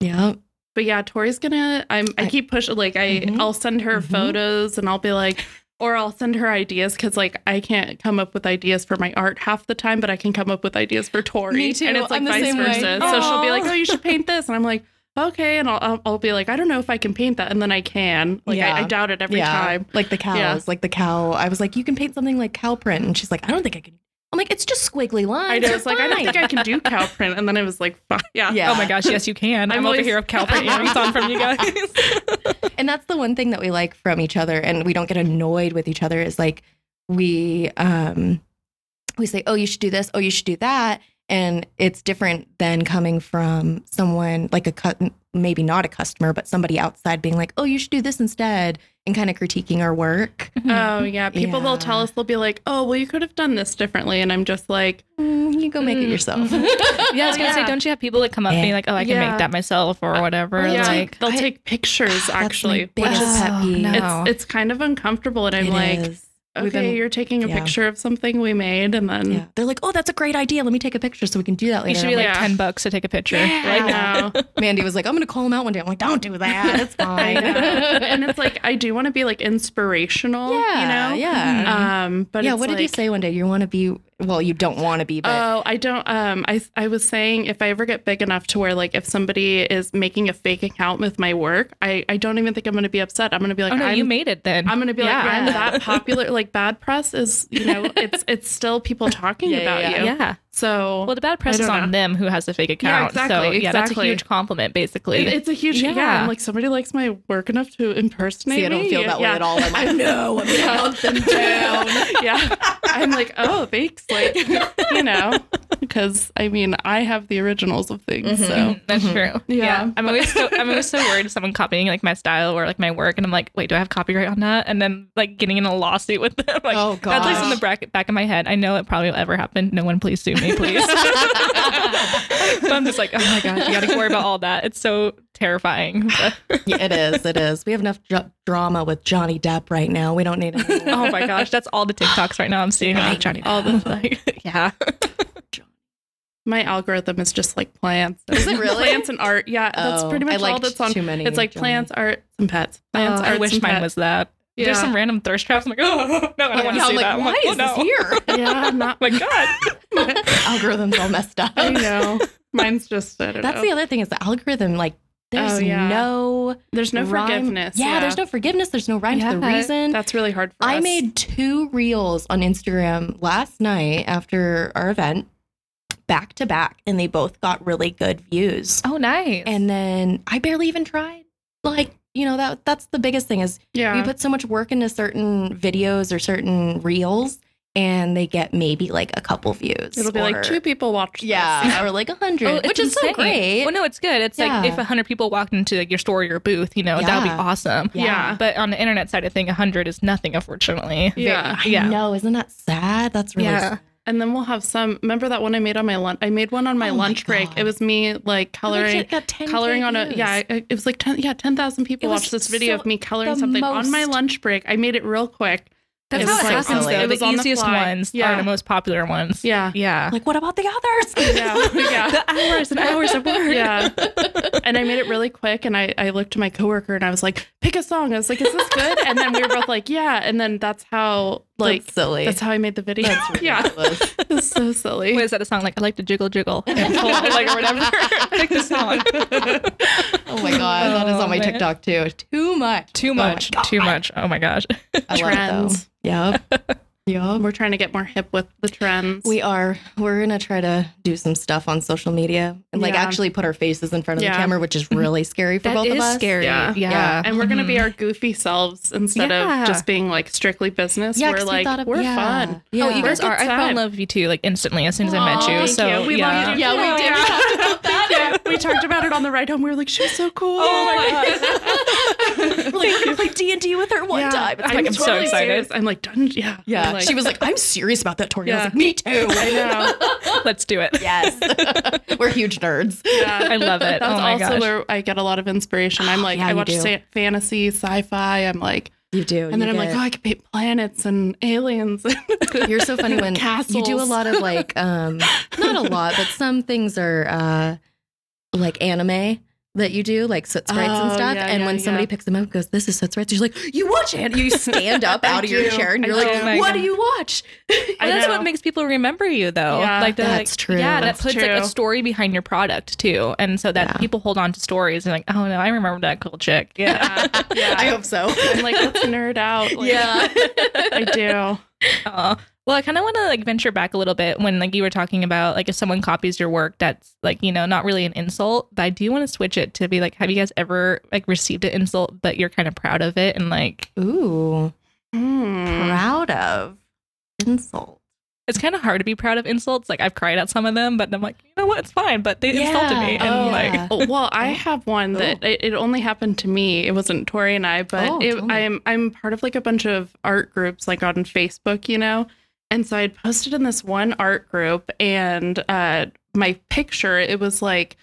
yeah.
Yeah,
But yeah, Tori's gonna. I'm. I
I-
keep pushing. Like I,
Mhm.
I'll send her
Mhm.
photos, and I'll be like, or I'll send her ideas because like I can't come up with ideas for my art half the time, but I can come up with ideas for Tori.
Me too.
And it's like
I'm the
vice
same way.
versa. So she'll be
Aw.
like, oh, you should paint this, and I'm like, okay, and I'll- I'll, I'll be like, I don't know if I can paint that, and then I can. Like
Yeah.
I, I doubt it every
yeah,
time.
like the cows,
Yeah.
like the cow. I was like, you can paint something like cow print, and she's like, I don't think I can. I'm like, it's just squiggly lines.
I know.
You're
It's like I don't
fine."
think I can do cow print, and then I was like, fuck, yeah,
Yeah.
Oh my gosh, yes, you can. I'm,
I'm
over
always-
here with Calvin earrings on from you guys.
and that's the one thing that we like from each other and we don't get annoyed with each other is like we um we say oh you should do this oh you should do that and it's different than coming from someone like a cu- maybe not a customer but somebody outside being like oh you should do this instead and kind of critiquing our work
Oh yeah, people they'll tell
Yeah.
us they'll be like, "Oh, well, you could have done this differently," and I'm just like,
Mm, you go make it
Mm,
yourself
yeah, I was
Oh,
gonna say,
yeah.
don't you have people that come up to
Yeah.
me like, oh, I can
Yeah.
make that myself or whatever?
Or
yeah,
Like,
they'll
I-
take pictures actually.
That's my
Which
biggest
is,
Wow.
pet peeve.
No.
It
it's it's kind of uncomfortable, and I'm like,
is.
okay,
We've been-
you're taking a
yeah.
picture of something we made, and then
yeah. they're like oh that's a great idea let me take a picture so we can do that later
it should be
I'm
like
Yeah.
10 bucks to take a picture.
Yeah.
Like,
I know.
Mandy was like I'm gonna call him out one day I'm like don't do that it's
I
fine
know. and it's like I do want to be like inspirational,
yeah
you know.
yeah
Mhm.
Um, but
yeah,
it's
what did you
like-
say one day? You want to be well, you don't want to be, but
Oh, I don't. Um, I I was saying if I ever get big enough to where like if somebody is making a fake account with my work, I I don't even think I'm gonna be upset. I'm gonna be like,
oh no,
I'm,
you made it then.
I'm gonna be like,
Yeah.
I'm that popular. Like bad press is, you know, it's it's still people talking
Yeah, yeah,
about
yeah.
you.
yeah.
So
Well, the bad press
I
is
don't
on
know.
them who has the fake account. so
exactly,
yeah, that's a
exactly.
huge compliment, basically.
it- it's a huge yeah.
Yeah.
I'm like somebody likes my work enough to impersonate.
see, I don't
me.
feel that
yeah.
way at all. I'm like, no, I'm gonna hunt them down.
yeah, I'm like, oh, thanks, like you know, because I mean, I have the originals of things,
Mhm.
so.
Mm, That's
Mhm.
true.
Yeah.
I'm always so I'm always so worried of someone copying like my style or like my work and I'm like, wait, do I have copyright on that? And then like getting in a lawsuit with them. Like
Oh,
that's like in the
gosh.
bracket back of my head. I know it probably will ever happen. No one please sue me, please. but I'm just like, oh my gosh, you gotta worry about all that. It's so terrifying. But-
Yeah, it is, it is. We have enough dra- drama with Johnny Depp right now. We don't need any more.
oh my gosh, that's all the TikToks right now I'm seeing on Johnny.
All
Oh.
Depp. Like, yeah.
My algorithm is just like plants.
Is it really?
plants and art? Yeah, that's
Oh,
pretty much
I
all
liked
that's on.
Too many.
It's like
Johnny.
plants, art, some pets. Plants,
Oh,
art,
I wish
some
mine
pets.
was that. There's some random thirst traps. I'm like, oh no, I don't want to
yeah,
see
I'm like,
that. I'm
why
like,
is
oh,
this
no.
here?
yeah, not
I'm like, God.
Algorithms all messed up.
I know. Mine's just I don't
That's
know.
the other thing is the algorithm. Like, there's
Oh, yeah.
no
there's no
rhyme-
forgiveness.
Yeah, there's no forgiveness. There's no rhyme to the
Yeah.
reason.
That's really hard for
I
us.
made two reels on Instagram last night after our event, back to back, and they both got really good views.
Oh, nice.
And then I barely even tried. Like, you know, that that's the biggest thing is we
yeah.
put so much work into certain videos or certain reels and they get maybe like a couple views.
It'll be
or-
like two people watched. this.
Yeah, or like a hundred,
Oh, it's
which is so
insane.
great.
Well, no, it's good. It's
Yeah.
like if 100 people walked into like, your store or your booth, you know, that would be
Yeah.
awesome.
Yeah.
But on the internet side of thing, 100 is nothing, unfortunately.
Yeah.
Yeah.
No, isn't that sad? That's really
Yeah.
sad.
And then we'll have some. Remember that one I made on my lunch? I made one on my
Oh my
lunch break.
God. Oh,
It was me like coloring,
got 10K
coloring on a
views.
yeah. It, it was like ten, yeah, ten thousand people
It was
watched this video
so-
of me coloring
the
something on my
most-
lunch break. I made it real quick.
That's
It
how
was
it
so
happens,
silly.
though.
It
The
was on the
easiest
fly.
ones
Yeah.
are the most popular ones.
Yeah.
Yeah.
Like, what about the others?
Yeah, yeah.
the hours and hours of work.
Yeah. And I made it really quick and I, I looked at my coworker and I was like, pick a song. I was like, is this good? And then we were both like, yeah. And then that's how like
That's silly.
that's how I made the video. yeah. It's so silly.
What is that a song like? I like to jiggle, jiggle, and pull, like or whatever. Pick the song.
Oh my god, that is
Oh,
on my
man.
TikTok too. Too much.
Too
Oh my
much,
God.
too much. Oh my gosh.
I
Trends.
love it though. Yep. yep.
We're trying to get more hip with the trends.
We are. We're gonna try to do some stuff on social media and like
Yeah.
actually put our faces in front of
Yeah.
the camera, which is really scary for both of us.
Yeah.
Yeah.
Yeah.
and we're
Mm-hmm.
gonna be our goofy selves instead
Yeah.
of just being like strictly business.
Yeah,
we're
'cause we
like
thought of-
we're
yeah.
fun.
Yeah.
Oh, you
We're
guys
a good
are. I fell
time.
in love with you too, like instantly as soon as I
Aw,
met you.
thank
So
you. we
yeah.
loved you.
Yeah, we did. We
Yeah, we talked about it on the ride home. We were like, she was so cool.
Oh my gosh.
We're like, we're gonna play D and D with her one
Yeah.
time. It's
like, I'm so
totally
excited.
serious. I'm like, dungeon. Yeah.
yeah.
I'm like,
she was like, I'm serious about that tournament. I was like,
Yeah.
me too.
I know.
Let's do it.
yes. we're huge nerds.
Yeah.
I love it.
That's
oh my
also
gosh.
where I get a lot of inspiration. I'm like,
Yeah,
I
you
watch
do.
sa- fantasy, sci-fi. I'm like,
You do.
and then I'm like, oh, I can paint planets and aliens.
You're so funny when you do a
Castles.
lot of like um not a lot, but some things are uh like anime that you do, like soot sprites and
Oh,
stuff.
yeah,
and
yeah,
when somebody
yeah.
picks them up and goes, This is soot sprites, you're like, You watch it. You stand up
I
out of your
do.
chair and
I
you're
do.
like,
Oh my
What
God.
do you watch?
I
that's
know.
what makes people remember you, though.
Yeah.
like they're
That's
like,
true.
Yeah, that
That's
puts like a
true.
story behind your product too, and so that
Yeah.
people hold on to stories and like, oh no, I remember that cool chick. Yeah,
Yeah. yeah.
I hope so.
I'm like, let's nerd out. Like,
yeah.
I do.
Aw. Well, I kind of want to like venture back a little bit when like you were talking about like if someone copies your work, that's like you know not really an insult, but I do want to switch it to be like, have you guys ever like received an insult but you're kind of proud of it and like
Ooh.
Hmm.
Proud of insult.
it's kind of hard to be proud of insults. Like I've cried at some of them, but I'm like, you know what, it's fine. But they insulted me, and
Oh,
like
yeah.
Oh, well, I have one that it, it only happened to me. It wasn't Tori and I, but
Oh,
it,
tell me.
I'm I'm part of like a bunch of art groups like on Facebook, you know. And so I had posted in this one art group, and uh, my picture it was like,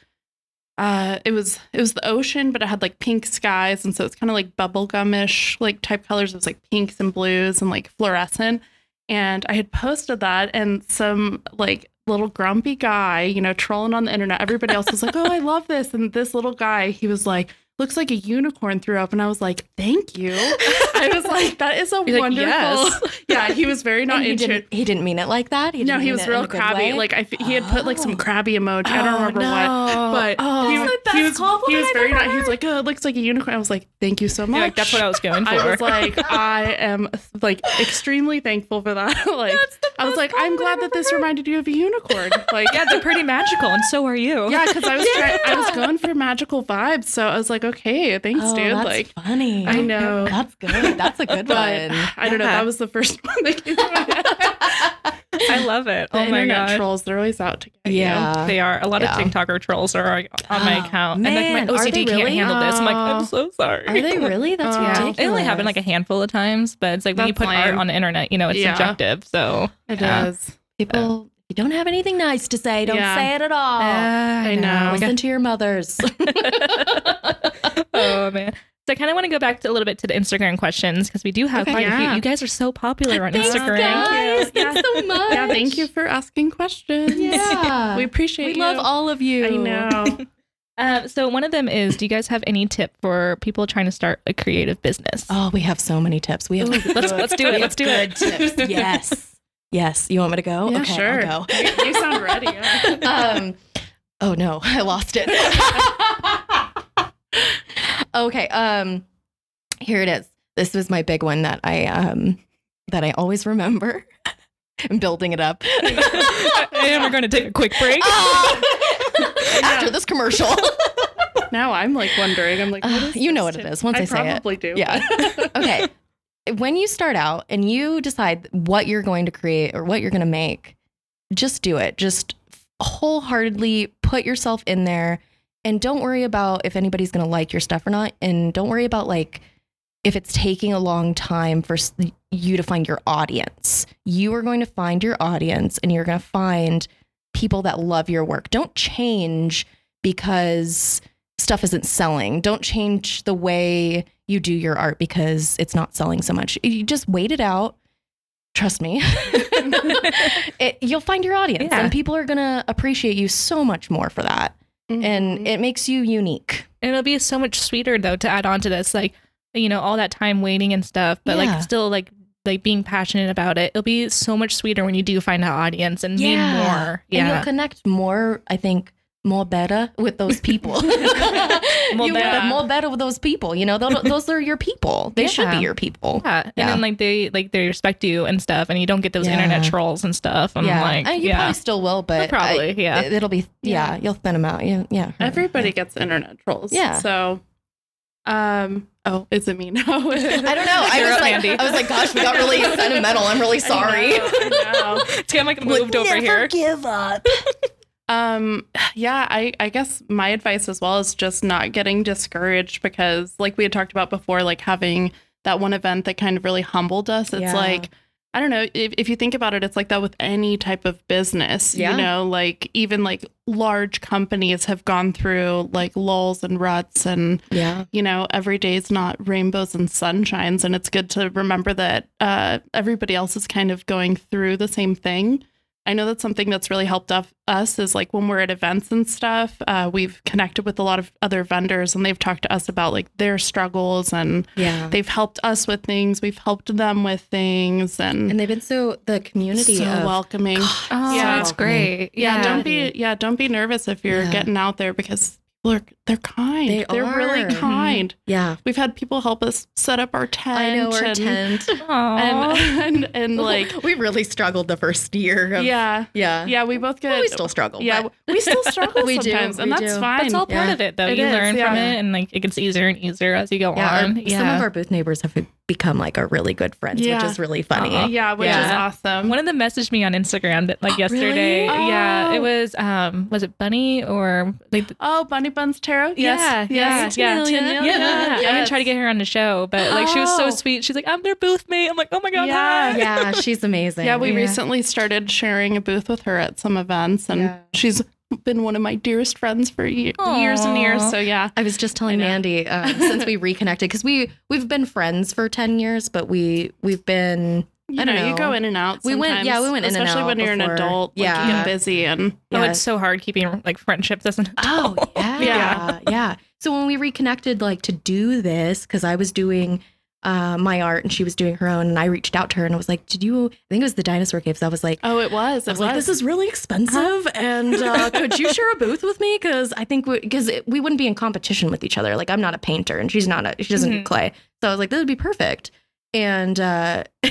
uh, it was it was the ocean, but it had like pink skies, and so it's kind of like bubblegumish like type colors. It was like pinks and blues and like fluorescent. And I had posted that, and some like little grumpy guy, you know, trolling on the internet. Everybody else was like, "Oh, I love this," and this little guy, he was like. Looks like a unicorn threw up, and I was like, "Thank you." I was like, "That is a
You're like,
wonderful."
"Yes."
Yeah, he was very not
And he
into
didn't
it.
he didn't mean it like that. He didn't
No, he
mean
was
it in
real
a good
crabby.
way.
Like I, f- he had put like some
Oh.
crabby emoji. I don't
Oh,
remember what.
no.
But
Oh.
he,
That's
was,
the best
he was he
compliment
was
I've
very
ever
not. He was
heard.
like, "Oh, it looks like a unicorn." I was like, "Thank you so much."
You're like that's what I was going for.
I was like, I am like extremely thankful for that. like, I was like, I'm glad that this reminded you of a unicorn. Like,
yeah, they're pretty magical, and so are you.
yeah, because I was trying, I was going for magical vibes, so I was like, okay, thanks,
oh,
dude.
That's
Like,
funny.
I know,
That's good. That's a good
but
one.
I don't know.
Yeah.
That was the first one that came to my head.
I love it.
The
oh my
internet
gosh.
trolls, they're always out to get you.
Yeah.
They are. A lot
uh, Yeah.
of TikToker trolls are on my
Oh,
account. and
man.
like
Are
my
they
OCD can't
really?
handle this. I'm like, I'm
Oh.
so sorry.
Are they really? That's
Yeah.
ridiculous.
It only happened like a handful of times, but it's like when you
That's
put art
lame.
on the internet, you know, it's
Yeah.
subjective. So
It
Yeah.
does.
people. if You don't have anything nice to say. Don't
Yeah.
say it at all.
I
know.
Listen to your mothers.
oh man. So I kind of want to go back to, a little bit to the Instagram questions because we do have
Okay.
quite a few.
Yeah.
You guys are so popular on
Thanks,
Instagram.
guys.
Thank you.
Thanks so much.
Yeah, thank you for asking questions.
Yeah.
we appreciate.
We
you.
love all of you.
I know.
Um, so one of them is, do you guys have any tip for people trying to start a creative business?
Oh, we have so many tips. We have
let's let's do it. Let's do it.
tips. Yes. Yes. You want me to go?
Yeah,
okay,
sure.
I'll go.
You, you sound ready. yeah.
Um, oh no, I lost it. okay. Um, here it is. This was my big one that I um that I always remember. I'm building it up.
and we're going to take a quick break.
Oh, Ah! After this commercial,
Now I'm like wondering. I'm like, what is
Uh, you know
this
what
tip?
it is. Once I,
I
say it,
probably do.
Yeah. okay. When you start out and you decide what you're going to create or what you're going to make, just do it. Just wholeheartedly put yourself in there and don't worry about if anybody's going to like your stuff or not. And don't worry about like if it's taking a long time for s- you to find your audience. You are going to find your audience and you're going to find people that love your work. Don't change because stuff isn't selling. Don't change the way you do your art because it's not selling so much. You just wait it out. Trust me, it, you'll find your audience,
Yeah.
and people are gonna appreciate you so much more for that.
Mm-hmm.
And it makes you unique.
And it'll be so much sweeter though to add on to this, like you know, all that time waiting and stuff, but
Yeah.
like still like like being passionate about it. It'll be so much sweeter when you do find an audience and need
Yeah.
more.
And
Yeah.
you'll connect more, I think, more better with those people.
More
you will,
better.
more better with those people. You know, those, those are your people. They should be
Yeah.
your people.
yeah. And
Yeah.
then like they like they respect you and stuff and you don't get those
Yeah.
internet trolls and stuff. And
yeah,
like
Uh, you
yeah.
probably still will, but I-
probably, yeah.
it, will be yeah, You'll thin them out. Yeah, yeah.
Everybody gets internet trolls.
Yeah.
So, um, oh, is it me now?
I don't know. I
You're
was
up,
like,
Mandy.
I was like, gosh, we got really sentimental. I'm really sorry.
I know, I know.
See, I'm like moved over here.
Give up.
Um, yeah, I, I guess my advice as well is just not getting discouraged because, like we had talked about before, like having that one event that kind of really humbled us. It's
Yeah.
like, I don't know, if, if you think about it, it's like that with any type of business.
Yeah.
You know, like even like large companies have gone through like lulls and ruts and
Yeah.
you know, every day is not rainbows and sunshines. And it's good to remember that uh, everybody else is kind of going through the same thing. I know that's something that's really helped of- us is like when we're at events and stuff, uh, we've connected with a lot of other vendors and they've talked to us about like their struggles and
Yeah.
they've helped us with things. We've helped them with things and,
and they've been so the community
so
of
welcoming.
Oh,
Yeah.
that's great.
yeah,
Yeah.
don't be yeah, don't be nervous if you're
Yeah.
getting out there because people are they're kind.
They
are
are.
really
Mhm.
kind.
yeah.
We've had people help us set up our tent.
I know our
and,
tent.
Aw.
And, and and like
we really struggled the first year. Of,
yeah,
Yeah.
yeah, we both get
Well, we still struggle.
yeah,
but-
we still struggle
We do,
sometimes, and
we
that's
do.
fine.
That's all part
Yeah.
of it, though.
It
you
is,
learn from
yeah.
it, and like it gets easier and easier as you go
yeah, our-
on.
Some
yeah.
of our booth neighbors have become like our really good friends, which
Yeah. Uh-huh.
is really funny.
Aw.
yeah, which is
Yeah.
awesome.
One of them messaged me on Instagram that like yesterday.
really?
Yeah,
Oh.
it was um was it Bunny or like th-
oh, Bunny Buns Tarot.
yeah,
Yes, yes,
yeah, yeah.
Million,
Yeah,
Oh, yeah,
I'm gonna try to get
yes.
her on the show, but like she was so
Oh.
sweet. She's like, "I'm their booth mate." I'm like, "Oh my god,
Yeah.
hi."
Yeah, she's amazing.
Yeah, we
Yeah.
recently started sharing a booth with her at some events, and
Yeah.
she's been one of my dearest friends for ye- years and years.
Aw.
So yeah,
I was just telling
know.
Mandy um, since we reconnected because we we've been friends for ten years, but we we've been
you
I don't
know, you
know.
go in and out.
We went- yeah, we
sometimes,
went in and
especially
out
when you're an
before.
adult. Like, you
Yeah.
get busy and
Oh,
Yeah.
it's so hard keeping like friendships as an
Oh
adult.
yeah, yeah,
Yeah.
So when we reconnected, like to do this, because I was doing uh, my art and she was doing her own, and I reached out to her and I was like, "Did you?" I think it was the dinosaur caves. I was like,
oh, it was. It
I was like, "This is really expensive, and uh, could you share a booth with me? Because I think because we wouldn't be in competition with each other. Like I'm not a painter, and she's not a she doesn't
Mhm.
do clay. So I was like, "This would be perfect." And uh, I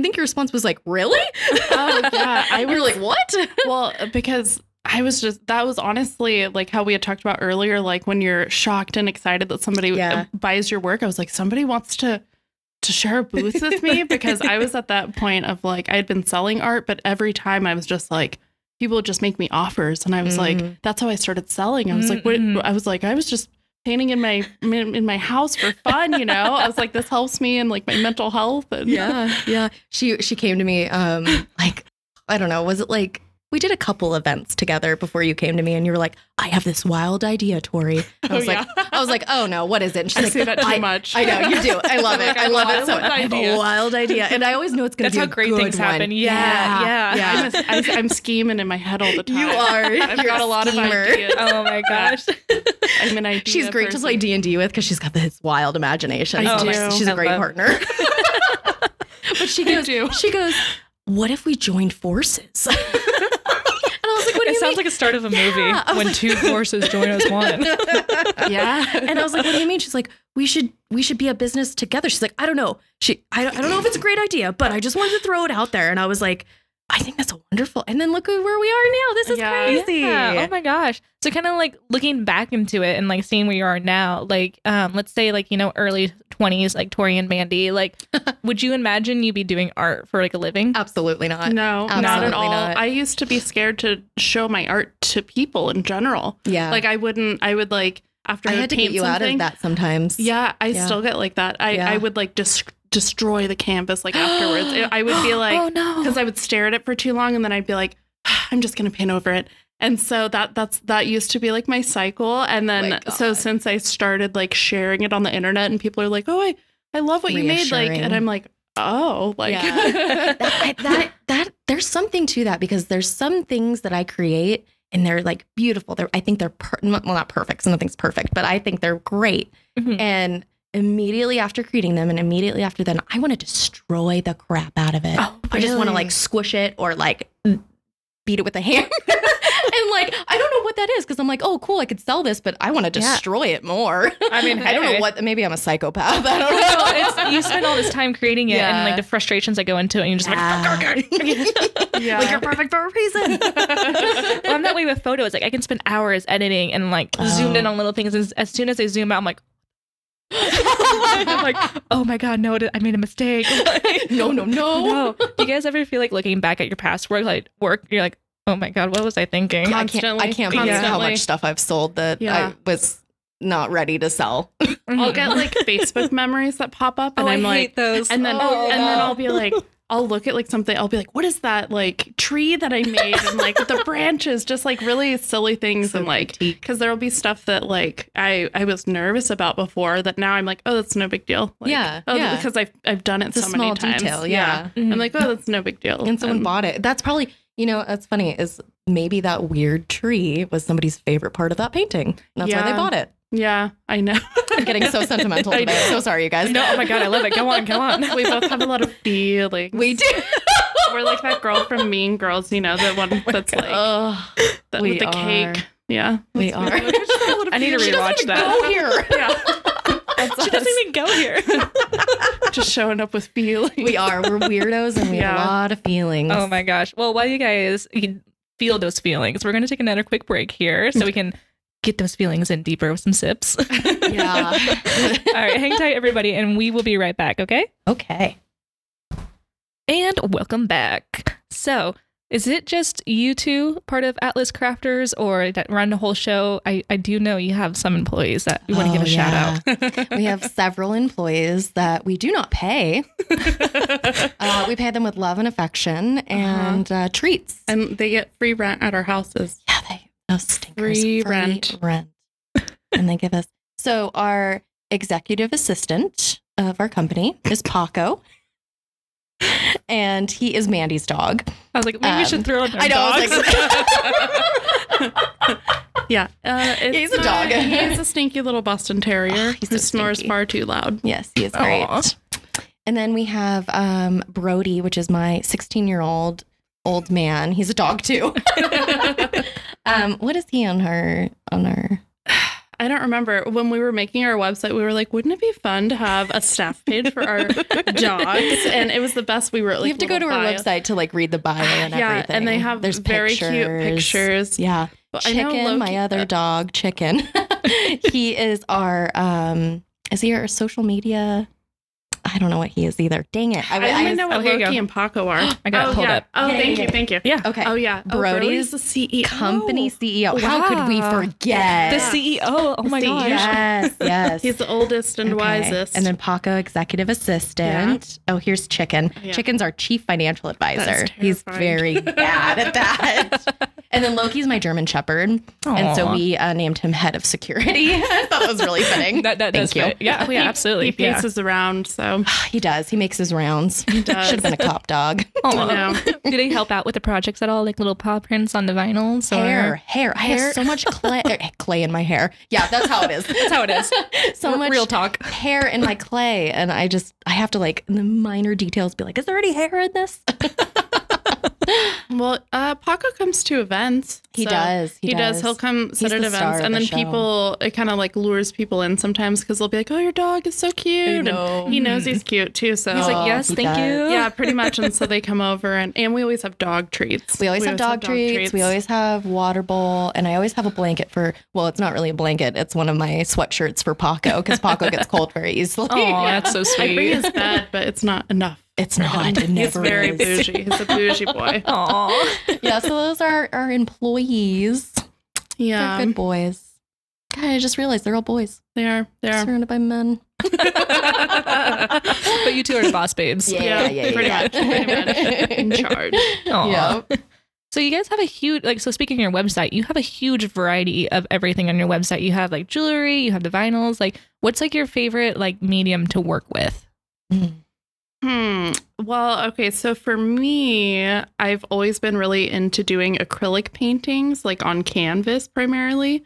think your response was like, "Really?"
Oh, yeah. I
I were like, "What?"
well, uh, because I was just that was honestly like how we had talked about earlier, like when you're shocked and excited that somebody uh,
Yeah.
buys your work. I was like, somebody wants to to share a booth with me because I was at that point of like I had been selling art, but every time I was just like people would just make me offers, and I was
Mhm.
like, that's how I started selling. I was like, what?
Mm-hmm.
Mhm.
I was like, I was just painting in my in in my house for fun, you know. I was like, this helps me and like my mental health. And
yeah yeah she she came to me um like i don't know was it like we did a couple events together before you came to me and you were like i have this wild idea tori And i
Oh,
was like
yeah.
i was like oh no what is it and she's
I
like
say that too
I,
much.
I know you do i love it
Like,
i
I
love
have
it so
a wild
I have a
idea.
wild idea and i always know it's gonna
That's
be
how
a
great
good
things
one.
happen. Yeah, yeah.
yeah.
I'm, a, I'm, I'm scheming in my head all the time.
you are
I've
you're
got a lot
schemer.
of ideas.
Oh my gosh.
I'm an idea.
She's great to
person.
play D and D with because she's got this wild imagination.
I
So, like,
do.
She's a
I
great
love-
partner. but she
I
goes.
do.
She goes. What if we joined forces? and I was like, What do
it
you
sounds
mean?
like a start of a
Yeah,
movie
I was
when
like-
two horses join as one.
Yeah.
And I was like, "What do you mean?" She's like, "We should we should be a business together." She's like, "I don't know. She I, I don't know if it's a great idea, but I just wanted to throw it out there." And I was like, "I think that's wonderful." And then look at where we are now. This is
Yeah.
crazy.
Yeah. Oh my gosh. So kind of like looking back into it and like seeing where you are now, like um, let's say like, you know, early twenties, like Tori and Mandy, like would you imagine you be doing art for like a living?
Absolutely not.
No, not at
Absolutely
all.
not.
I used to be scared to show my art to people in general.
Yeah,
Like I wouldn't. I would like after
I
I, would
had to
paint
get you out
something,
of that sometimes.
Yeah, I
Yeah.
still get like that. I,
Yeah.
I would like just destroy the canvas like afterwards. It- I would be
oh
like,
no.
because I would stare at it for too long, and then I'd be like, I'm just gonna paint over it. And so that that's that used to be like my cycle. And then
my
so
God.
since I started like sharing it on the internet, and people are like, oh, I I love what you made, like,
Reassuring.
and I'm like, oh, like,
Yeah. that, I- that that there's something to that because there's some things that I create and they're like beautiful. They're I think they're per- well not perfect. so Nothing's perfect, but I think they're great.
Mhm.
And immediately after creating them, and immediately after then, I want to destroy the crap out of it.
Oh,
I just want to
really?
like squish it or like beat it with a hammer. and like I don't know what that is because I'm like, oh cool, I could sell this, but I want to
Yeah.
destroy it more.
I mean,
I don't know
hey.
what. Maybe I'm a psychopath. I don't know.
Well, it's, you spend all this time creating it
Yeah.
and like the frustrations that go into it and you're just
Yeah.
Yeah.
Like you're perfect for a reason.
like well, I'm that way with photos. Like I can spend hours editing and like zoomed in on little things. And as soon as I zoom out, I'm like, I'm like, oh my god, no, I made a mistake.
no, no, no.
No. Do you guys ever feel like looking back at your past work, like work, you're like, oh my god, what was I thinking?
I can't. I
Constantly.
can't believe how
Constantly.
much stuff I've sold that
Yeah.
I was not ready to sell. Mm-hmm.
I'll get like Facebook memories that pop up, and I'm like,
those.
and then
Oh,
and then
no.
I'll be like I'll look at like something I'll be like what is that like tree that I made and like the branches just like really silly things
So
and like
critique.
because there'll be stuff that like I I was nervous about before that now I'm like oh that's no big deal like,
Yeah,
oh,
yeah.
because I've I've done it
It's a
so
small
many times
detail, yeah. Um,
I'm like oh that's no big deal
And someone bought it. That's probably. You know, that's funny. Is maybe that weird tree was somebody's favorite part of that painting. That's why they
Yeah.
bought it.
yeah I know
I'm getting so sentimental
I
today.
know.
So sorry, you guys.
no, oh my god, I love it. Go on, go on.
we both have a lot of feelings
we do.
we're like that girl from Mean Girls you know the one that's like
Oh,
the,
we
with the
are.
cake yeah
we are.
I need to
She doesn't
rewatch
even
that.
Go here.
yeah
She doesn't even go here.
just showing up with feelings
We are. We're weirdos, and we have
Yeah.
a lot of feelings.
Oh my gosh. Well, while you guys feel those feelings, we're going to take another quick break here so we can get those feelings in deeper with some sips.
Yeah.
All right, hang tight, everybody, and we will be right back, okay?
Okay.
And welcome back. So, is it just you two part of Atlas Crafters or that run the whole show? I, I do know you have some employees that you want to
Oh,
give a
yeah.
shout out.
we have several employees that we do not pay. Uh, we pay them with love and affection and uh treats.
Uh-huh. And they get free rent at our houses.
yeah, they no stinkers.
Free rent.
rent. and they give us. So our executive assistant of our company is Paco. And he is Mandy's dog.
I was like, maybe we
Um,
should throw in our
I know, I was
dogs.
Yeah. Uh, it's
He's a dog.
He's a stinky little Boston Terrier
Ah, he's
who
so
snores
stinky.
far too loud.
Yes, he is great.
Aw.
And then we have um, Brody, which is my 16 year old old man. He's a dog too. um, what is he on her? On her?
I don't remember. When we were making our website, we were like, wouldn't it be fun to have a staff page for our dogs? And it was the best we were like,
you have to go to
little
her
bio-
website to like read the bio and
yeah,
everything.
and they have
There's
very cute
pictures.
pictures.
Yeah,
But I know
Chicken,
Loki-
my other dog, Chicken. he is our. Um, is he our social media? I don't know what he is either. Dang it!
I,
I-
only know
oh,
what
here you
Loki
go.
and Paco are.
I got it
oh,
pulled
yeah.
up.
Oh,
Yeah,
thank
yeah,
you,
yeah.
thank you.
yeah.
okay.
Oh yeah, oh,
Brody's
Brody's the CEO.
Company CEO. How could we
Wow.
forget?
The
E
CEO. Oh my
E
The
gosh.
Yes, yes.
He's the oldest and
Okay.
wisest.
And then Paco, executive assistant. Oh, here's Chicken.
Yeah.
Chicken's our chief financial advisor.
That's
He's
terrifying.
very bad at that. And then Loki's my German Shepherd, and so
Aw.
we uh, named him head of security. I thought that was really fitting.
That, that
Thank
does
you.
fit. Yeah, oh, yeah,
He-
absolutely.
He
yeah.
paces around, so
he does. He makes his rounds.
he
Should have
does.
been a cop dog.
Aw.
I
Oh, Did he help out with the projects at all? Like little paw prints on the vinyls? Or?
hair, hair. I
Hair?
have so much clay, er, clay in my hair. Yeah, that's how it is.
That's how it is.
so
R-
much
real talk.
hair in my clay, and I just I have to like in the minor details be like, is there any hair in this?
Well, uh, Paco comes to events.
He
so
does.
He, does. He'll come sit
the
at
star
events,
of
and
the
then
show.
people it kind of like lures people in sometimes because they'll be like, "Oh, your dog is so cute,"
know.
and he knows he's cute too. So
He's
Oh,
like, yes,
he
thank
does.
you.
yeah, pretty much. And so they come over, and and we always have dog treats.
We always have dog, treats. We always have water bowl, and I always have a blanket for. Well, it's not really a blanket. It's one of my sweatshirts for Paco because Paco gets cold very easily.
Oh, that's so
I bring
sweet.
his bed, but it's not enough.
It's not. It
He's
never
very
is.
bougie. He's a bougie boy.
Aw.
Yeah. So those are our employees.
Yeah,
they're good boys. God, I just realized they're all boys
they are. They are.
surrounded by men.
but you two are the boss babes.
Yeah, pretty much, pretty much in charge.
Aw.
Yeah.
So you guys have a huge like so speaking of your website, you have a huge variety of everything on your website. You have like jewelry, you have the vinyls, like what's like your favorite like medium to work with?
Hmm. Well, okay. So for me, I've always been really into doing acrylic paintings, like on canvas primarily.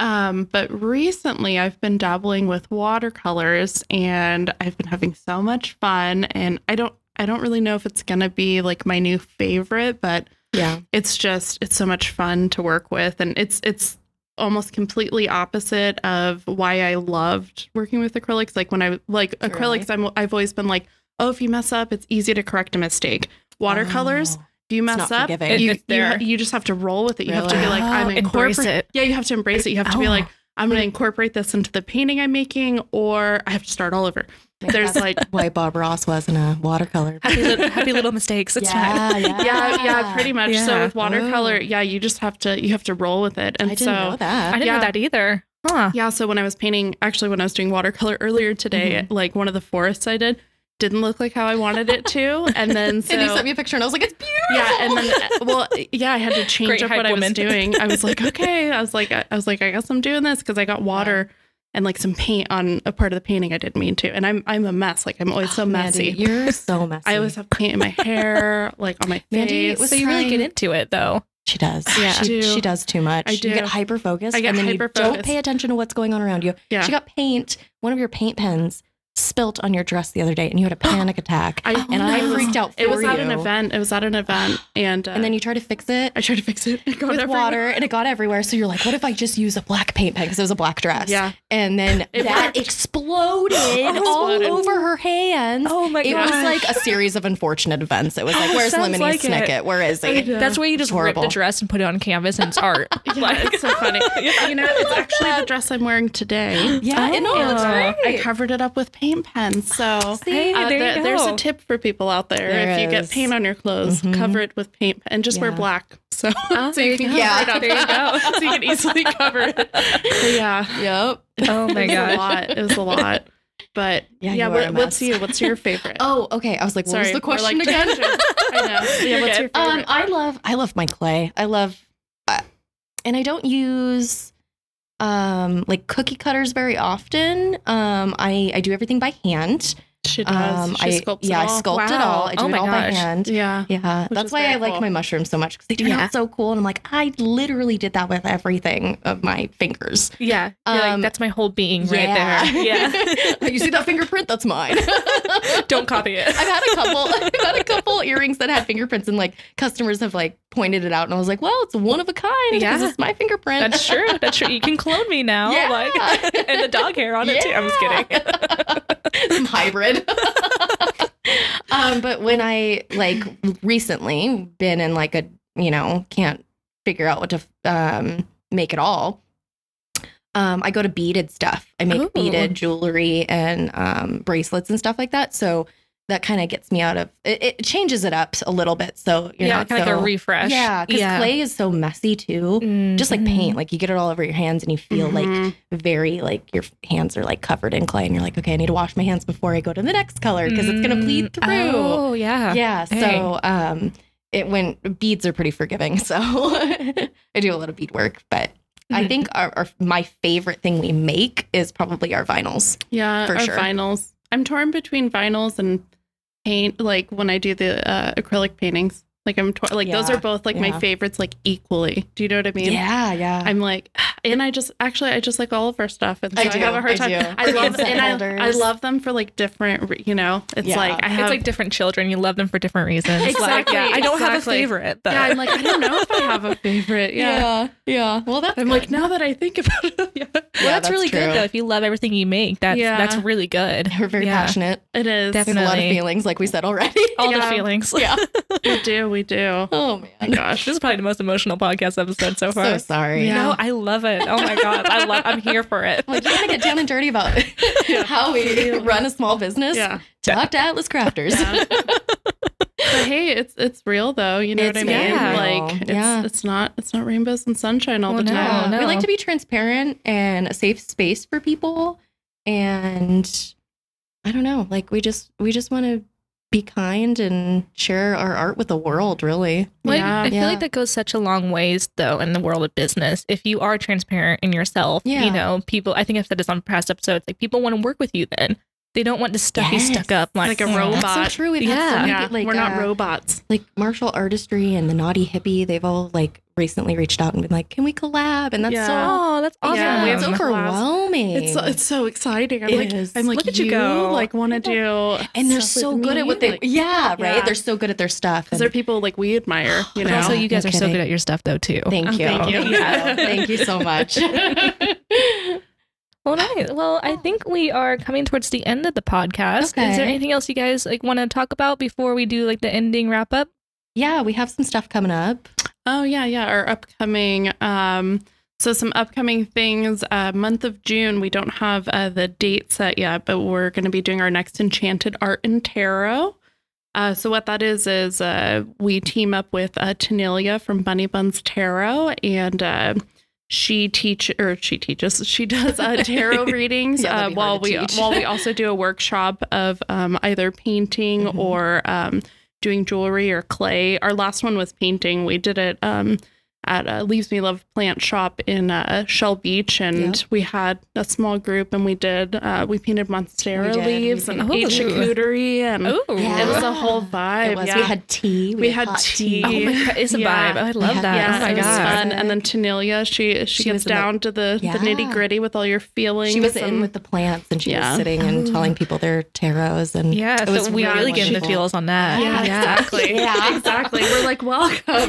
Um, but recently, I've been dabbling with watercolors, and I've been having so much fun. And I don't, I don't really know if it's gonna be like my new favorite, but
Yeah.
it's just it's so much fun to work with and it's it's almost completely opposite of why I loved working with acrylics like when I like
Really?
acrylics I'm I've always been like oh if you mess up it's easy to correct a mistake watercolors
Oh.
if you mess
not
up
forgiving. It-
you,
it's
you,
there.
you just have to roll with it you have to be
Really?
like I'm
Oh, embrace
incorporate-
it.
yeah you have to embrace it you have to be
Oh.
like I'm going to incorporate this into the painting I'm making or I have to start all over
Maybe
there's
that's
like
why Bob Ross wasn't a watercolor.
Happy little, happy little mistakes. It's fine.
yeah,
yeah yeah pretty much so
Yeah.
with watercolor
Oh.
yeah you just have to you have to roll with it and
I didn't
so
know
I
that.
didn't know
Yeah.
that either. Huh.
Yeah, so when I was painting, actually when I was doing watercolor earlier today,
Mm-hmm.
like one of the forests I did didn't look like how I wanted it to, and then so
and you sent me a picture, and I was like, "It's beautiful."
yeah, and then uh, well, yeah, I had to change
Great
up
hype
what I
woman.
was doing. I was like, okay, I was like, I, I was like, I guess I'm doing this because I got water and like some paint on a part of the painting I didn't mean to, and I'm I'm a mess. Like I'm always so messy.
Mandy, you're so messy.
I always have paint in my hair, like on my
Mandy,
face.
was
So you really
trying-
get into it though.
She does.
Yeah. I
she,
do.
she does too much.
I
You
do.
get hyper focused.
I get
and then You don't
hyper-focused.
pay attention to what's going on around you.
Yeah.
She got paint. One of your paint pens spilt on your dress the other day, and you had a panic attack.
I-
and I
no.
Oh, freaked out for
It was at an
you.
event. It was at an event, and uh,
And then you try to fix it
I tried to fix it. It got
with
everywhere.
water, and it got everywhere. So you're like, "What if I just use a black paint pen? Because it was a black dress."
Yeah.
And then
It
that
worked.
exploded
It
all
exploded.
over her hands.
Oh my
it was
gosh.
like a series of unfortunate events. It was like,
Oh,
"Where's
sounds
Lemony
like it.
Snicket? Where is he?"
That's where you just rip the
horrible.
dress and put it on canvas and it's art.
Yeah, it's so funny. You know, it's actually the dress I'm wearing today. Uh,
Yeah, it all looks
Oh.
I covered it up with paint pens. So
Hey,
uh,
there
there-
you
there's
go.
a tip for people out there.
There
if you
is.
get paint on your clothes,
Mhm.
cover it with paint and just wear
Yeah. Oh,
black. So, so
there
you
you
can
go.
cover
Yeah.
There you
it up.
go.
so you can easily cover it. But yeah.
Yep.
Oh my
it was a
god.
lot. It was a lot. But
Yeah,
yeah,
you are a
what, what's
mess.
you? What's your favorite?
Oh, okay. I was like, what was the
we're, like,
question again?
tangent. I know. Yeah,
You're
what's your
good.
favorite?
Um, I love, I love my clay. I love, uh, and I don't use, um, like cookie cutters very often. Um, I I do everything by hand.
she does.
Um,
she
I
sculpts
yeah,
it all.
I sculpt it
Wow.
all. I do
Oh
it
my
all by
gosh.
hand.
Yeah.
Yeah,
Which
that's
is
why
very
I like
cool.
my mushrooms so much because they turn
Yeah.
out so cool. And I'm like, I literally did that with everything of my fingers.
Yeah. You're
Um,
like, that's my whole being right there. Yeah.
you see that fingerprint? That's mine.
Don't copy it.
I've had a couple. I've had a couple earrings that had fingerprints, and like customers have like pointed it out, and I was like, "Well, it's one of a kind because
Yeah.
it's my fingerprint."
That's true. That's true. You can clone me now.
Yeah.
Like and the dog hair on it too. I'm just kidding.
Some hybrid. um, but when I like recently been in like a you know can't figure out what to um, make at all. Um, I go to beaded stuff. I make
Ooh.
beaded jewelry and um, bracelets and stuff like that. So that kind of gets me out of it, it. changes it up a little bit. So you're
yeah,
not
kind of
so, Mm.
like a refresh.
Yeah, because clay is so messy too. Just
Mm-hmm.
like paint, like you get it all over your hands and you feel like
Mhm.
very like your hands are like covered in clay and you're like, okay, I need to wash my
Mm. Oh.
hands before I go to the next color because it's gonna bleed through.
Oh Mm. yeah.
Yeah.
Dang.
So um it went beads are pretty forgiving. So I do a lot of bead work, but I
Mm-hmm.
Mhm.
think our, our my favorite thing we make is probably our vinyls.
Yeah,
For
or
sure.
vinyls. I'm torn between vinyls and paint. Like when I do the uh, acrylic paintings, like I'm tor- like those
Yeah,
are both like
yeah.
my favorites, like equally. Do you know what I mean?
yeah, yeah.
I'm like, and I just actually I just like all of our stuff, and so
I
I,
do,
have a hard
I
time.
do.
I
We're
love
consent
and I, I
holders.
love them for like different. re- You know, it's
Yeah.
like I have
it's like different children. You love them for different reasons. Like,
Exactly,
yeah, I don't have a
exactly.
favorite, but
yeah. I'm like I don't know if I have a favorite. Yeah,
yeah. Well, that's
I'm like now that I think about it, yeah,
well,
Yeah,
that's,
that's
really
true.
good though. If you love everything you make, that's
Yeah.
that's really good.
we're very
Yeah.
passionate.
it is.
That's-
There's a lot of
Definitely.
feelings, like we said already.
All
Yeah.
the feelings.
yeah.
we do. We do.
Oh
Oh
man.
my gosh.
this is probably the most emotional podcast episode so
So
far.
sorry.
Yeah.
No, I love it. Oh my god, I love. I'm here for it.
Like you want to get down and dirty about how we run a small business?
Yeah.
Talk to Atlas Crafters.
Yeah. but hey, it's it's real though. You know
It's
what I mean?
very
real.
Like it's
Yeah.
it's not it's not rainbows and sunshine all
Well,
the
no.
time.
Yeah. We
no.
like to be transparent and a safe space for people. And I don't know, like we just we just want to be kind and share our art with the world, really.
Like,
Yeah.
I feel
Yeah.
like that goes such a long ways, though, in the world of business. If you are transparent in yourself,
Yeah.
you know, people, I think I've said this on past episodes, like people want to work with you then. They don't want to stuff you
Yes.
stuck up like,
Like a
"Mm,
robot.
That's so true. We've had so
Yeah.
many
Yeah,
good, like
we're not
uh,
robots.
like martial artistry and the naughty hippie, they've all like recently reached out and been like, Can we collab? And that's
Yeah.
Oh, that's awesome.
Yeah, we have
so it's
collabs.
overwhelming.
It's so, it's so exciting. I'm
It
like
is.
I'm like
Look at you go.
Like want to do
and they're
stuff
so
with
good
me?
at what they
Like,
yeah, right.
Yeah.
They're so good at their stuff.
'cause
and-
they're people like we admire. You
But
know.
also, you guys
No
are so
kidding.
good at your stuff, though, too.
Thank
Oh,
you.
thank you.
Yeah. Thank you so much.
Well, nice. Well, I think we are coming towards the end of the podcast. Is there
Okay.
anything else you guys like want to talk about before we do like the ending wrap up?
yeah, we have some stuff coming up.
Oh yeah, yeah. Our upcoming um so some upcoming things. Uh, month of June, we don't have uh, the date set yet, but we're going to be doing our next Enchanted Art and Tarot. Uh, so what that is is uh, we team up with uh, Tanelia from Bunny Buns Tarot, and uh, she teach or she teaches she does uh, tarot readings
Yeah,
uh,
that'd be hard
while
to
we
teach.
while we also do a workshop of um, either painting
Mhm.
or um, doing jewelry or clay. Our last one was painting. We did it um, at a Leaves Me Love plant shop in uh, Shell Beach, and we had a small group, and we did uh, we painted monstera
We did. We
leaves and
painted-
ate
Ooh.
charcuterie, and
Oh,
Yeah.
it was a whole
It
vibe.
was-
yeah.
We had tea.
We had
hot
tea.
oh my god, it's a
Yeah.
vibe. I
We
love
have-
that.
Yeah,
oh my
it was
god,
fun. And then Tanelia, she she,
She was
gets
in the-
down to the,
Yeah.
the nitty gritty with all your feelings.
She was in
and-
with the plants and she
Yeah.
was sitting and
Ooh.
telling people their tarots and
yeah.
It was
So we
really
really get in the
wonderful.
feels on that.
Yeah,
exactly.
Yeah.
exactly. We're like, welcome.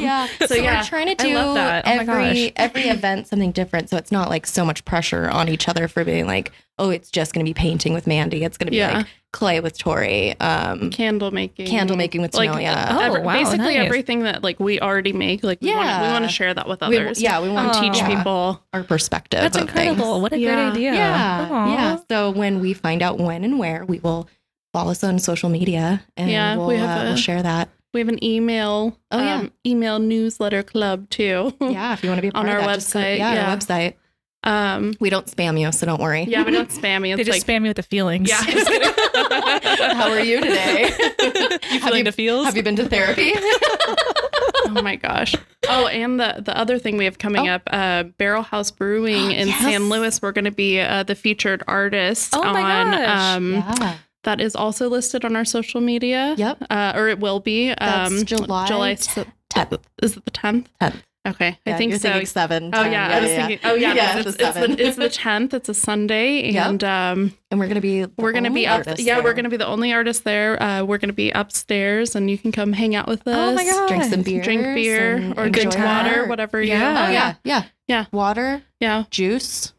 Yeah. So,
yeah,
we're trying to
I
do
love that. Oh my
every every event something different. So it's not like so much pressure on each other for being like, oh, it's just gonna be painting with Mandy. It's gonna be
Yeah.
like clay with Tori. Um
Candle making.
candle making with
Like,
Tanelia.
Oh,
Every-
wow,
basically
nice.
everything that like we already make, like we want
Yeah.
we want to share that with
We-
others.
yeah, we want
and
to
Oh.
teach
yeah,
people.
our perspective.
That's
of
incredible.
Things.
What a
Yeah.
great idea.
Yeah,
Aw.
yeah. So when we find out when and where, we will follow us on social media and
Yeah,
we'll,
we have
uh,
a-
we'll share that.
We have an email, um,
Oh, yeah.
email newsletter club too.
Yeah, if you want to be a
On
part of
our
that, just go-
website,
yeah,
yeah.
our website.
Um,
We don't spam you, so don't worry.
yeah, we don't spam you.
They
It's
just
like,
spam me with the feelings.
Yeah.
How are you today?
you
have,
feeling
you,
the feels?
have you been to therapy?
oh my gosh. Oh, and the the other thing we have coming
Oh.
up, uh, Barrel House Brewing in
Yes.
San Luis. We're going to be uh, the featured artist
Oh
on
my gosh.
um
yeah.
that is also listed on our social media.
Yep.
Uh, or it will be. Um,
That's July
July
t-
se-
Tenth.
is it the tenth?
10th.
Okay,
Yeah,
I think
you're
so.
thinking seven.
Oh
10,
yeah, I was thinking. Oh yeah,
Yeah,
because
it's
it's,
the
it's, the, it's the tenth. It's a Sunday,
Yep.
and um,
and we're gonna be the
we're gonna
only
be up.
artists
Yeah,
there.
we're gonna be the only artist there. Uh, we're gonna be upstairs, and you can come hang out with us.
Oh my God.
drink some beer,
Drink beer or
enjoy
drink
our
water,
art.
whatever. you-
Yeah.
Oh yeah, yeah,
Yeah.
Water,
yeah,
juice.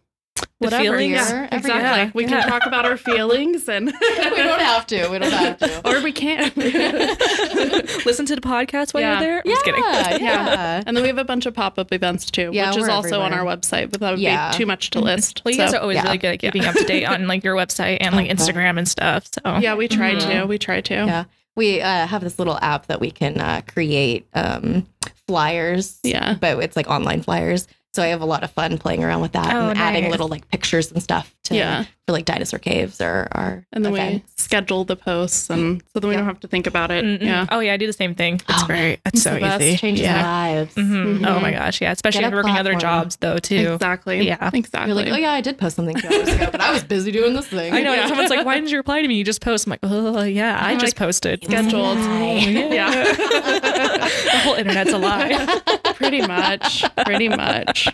The
whatever.
feelings.
Beer,
Yeah,
every-
exactly.
yeah,
We
yeah.
can talk about our feelings, and
we don't have to. We don't have to.
or we can.
Listen to the podcast while
Yeah.
you're there. I'm just kidding.
Yeah, yeah.
Yeah. And then we have a bunch of pop up events too,
Yeah,
which is
we're
also on our
everywhere.
website, but that would
Yeah. Mm-hmm.
be too much to list.
Well, you guys
So-
are always
yeah.
really good at keeping up to date on like your website and like
Okay.
Instagram and stuff. So
yeah, we try
Mhm.
to. We try to.
Mm-hmm. Yeah. We uh, have this little app that we can uh, create um, flyers.
Yeah.
But it's like online flyers. So I have a lot of fun playing around with that
Oh,
and adding
nice.
little like pictures and stuff to
Yeah.
for like dinosaur caves or or
And then we
events.
schedule the posts, and so then we
Yeah.
don't have to think about it.
Mm-mm.
Yeah.
Oh yeah, I do the same thing.
Oh, man,
great. That's
the best.
changes
Yeah.
lives.
Mhm. Oh
Mhm.
my gosh, yeah. Especially
Get a
if you're working other
platform.
jobs though too.
Exactly.
Yeah.
Exactly.
You're like, oh yeah, I did post something two hours ago, but I was busy doing this thing.
I know.
Yeah.
and Someone's like, "Why didn't you reply to me? You just post." I'm like, "Oh yeah, I
I'm
just
like,
posted."
Scheduled.
Yeah. the whole internet's a lie.
pretty much. Pretty much.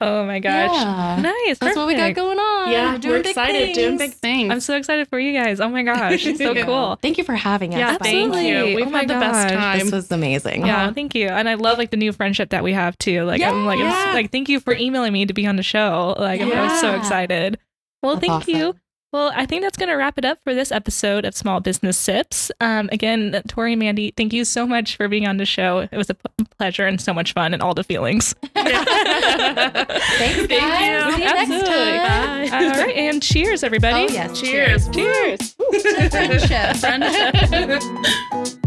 Oh my gosh.
Yeah.
Nice.
That's what we got
perfect.
going on.
Yeah.
we're, doing
We're
big
excited.
Things.
Doing big things.
I'm so excited for you guys. Oh my gosh. So
Yeah.
cool.
Thank you for having us.
yeah.
by
Thank
the way.
Absolutely.
you. We've
Oh my
had the best
gosh.
time.
This was amazing.
Yeah, Uh-huh, thank you. And I love like the new friendship that we have too. Like I'm like I'm s-
Yeah.
like thank you for emailing me to be on the show. Like I'm so
Yeah.
excited. Well,
That's
thank you.
awesome.
Well, I think that's going to wrap it up for this episode of Small Business Sips. Um, again, Tori and Mandy, thank you so much for being on the show. It was a p- pleasure and so much fun and all the feelings.
Thanks, guys. See you next
Absolutely.
time.
all right, and cheers, everybody.
Oh, yes.
Cheers. Cheers.
Friendship.
Friendship.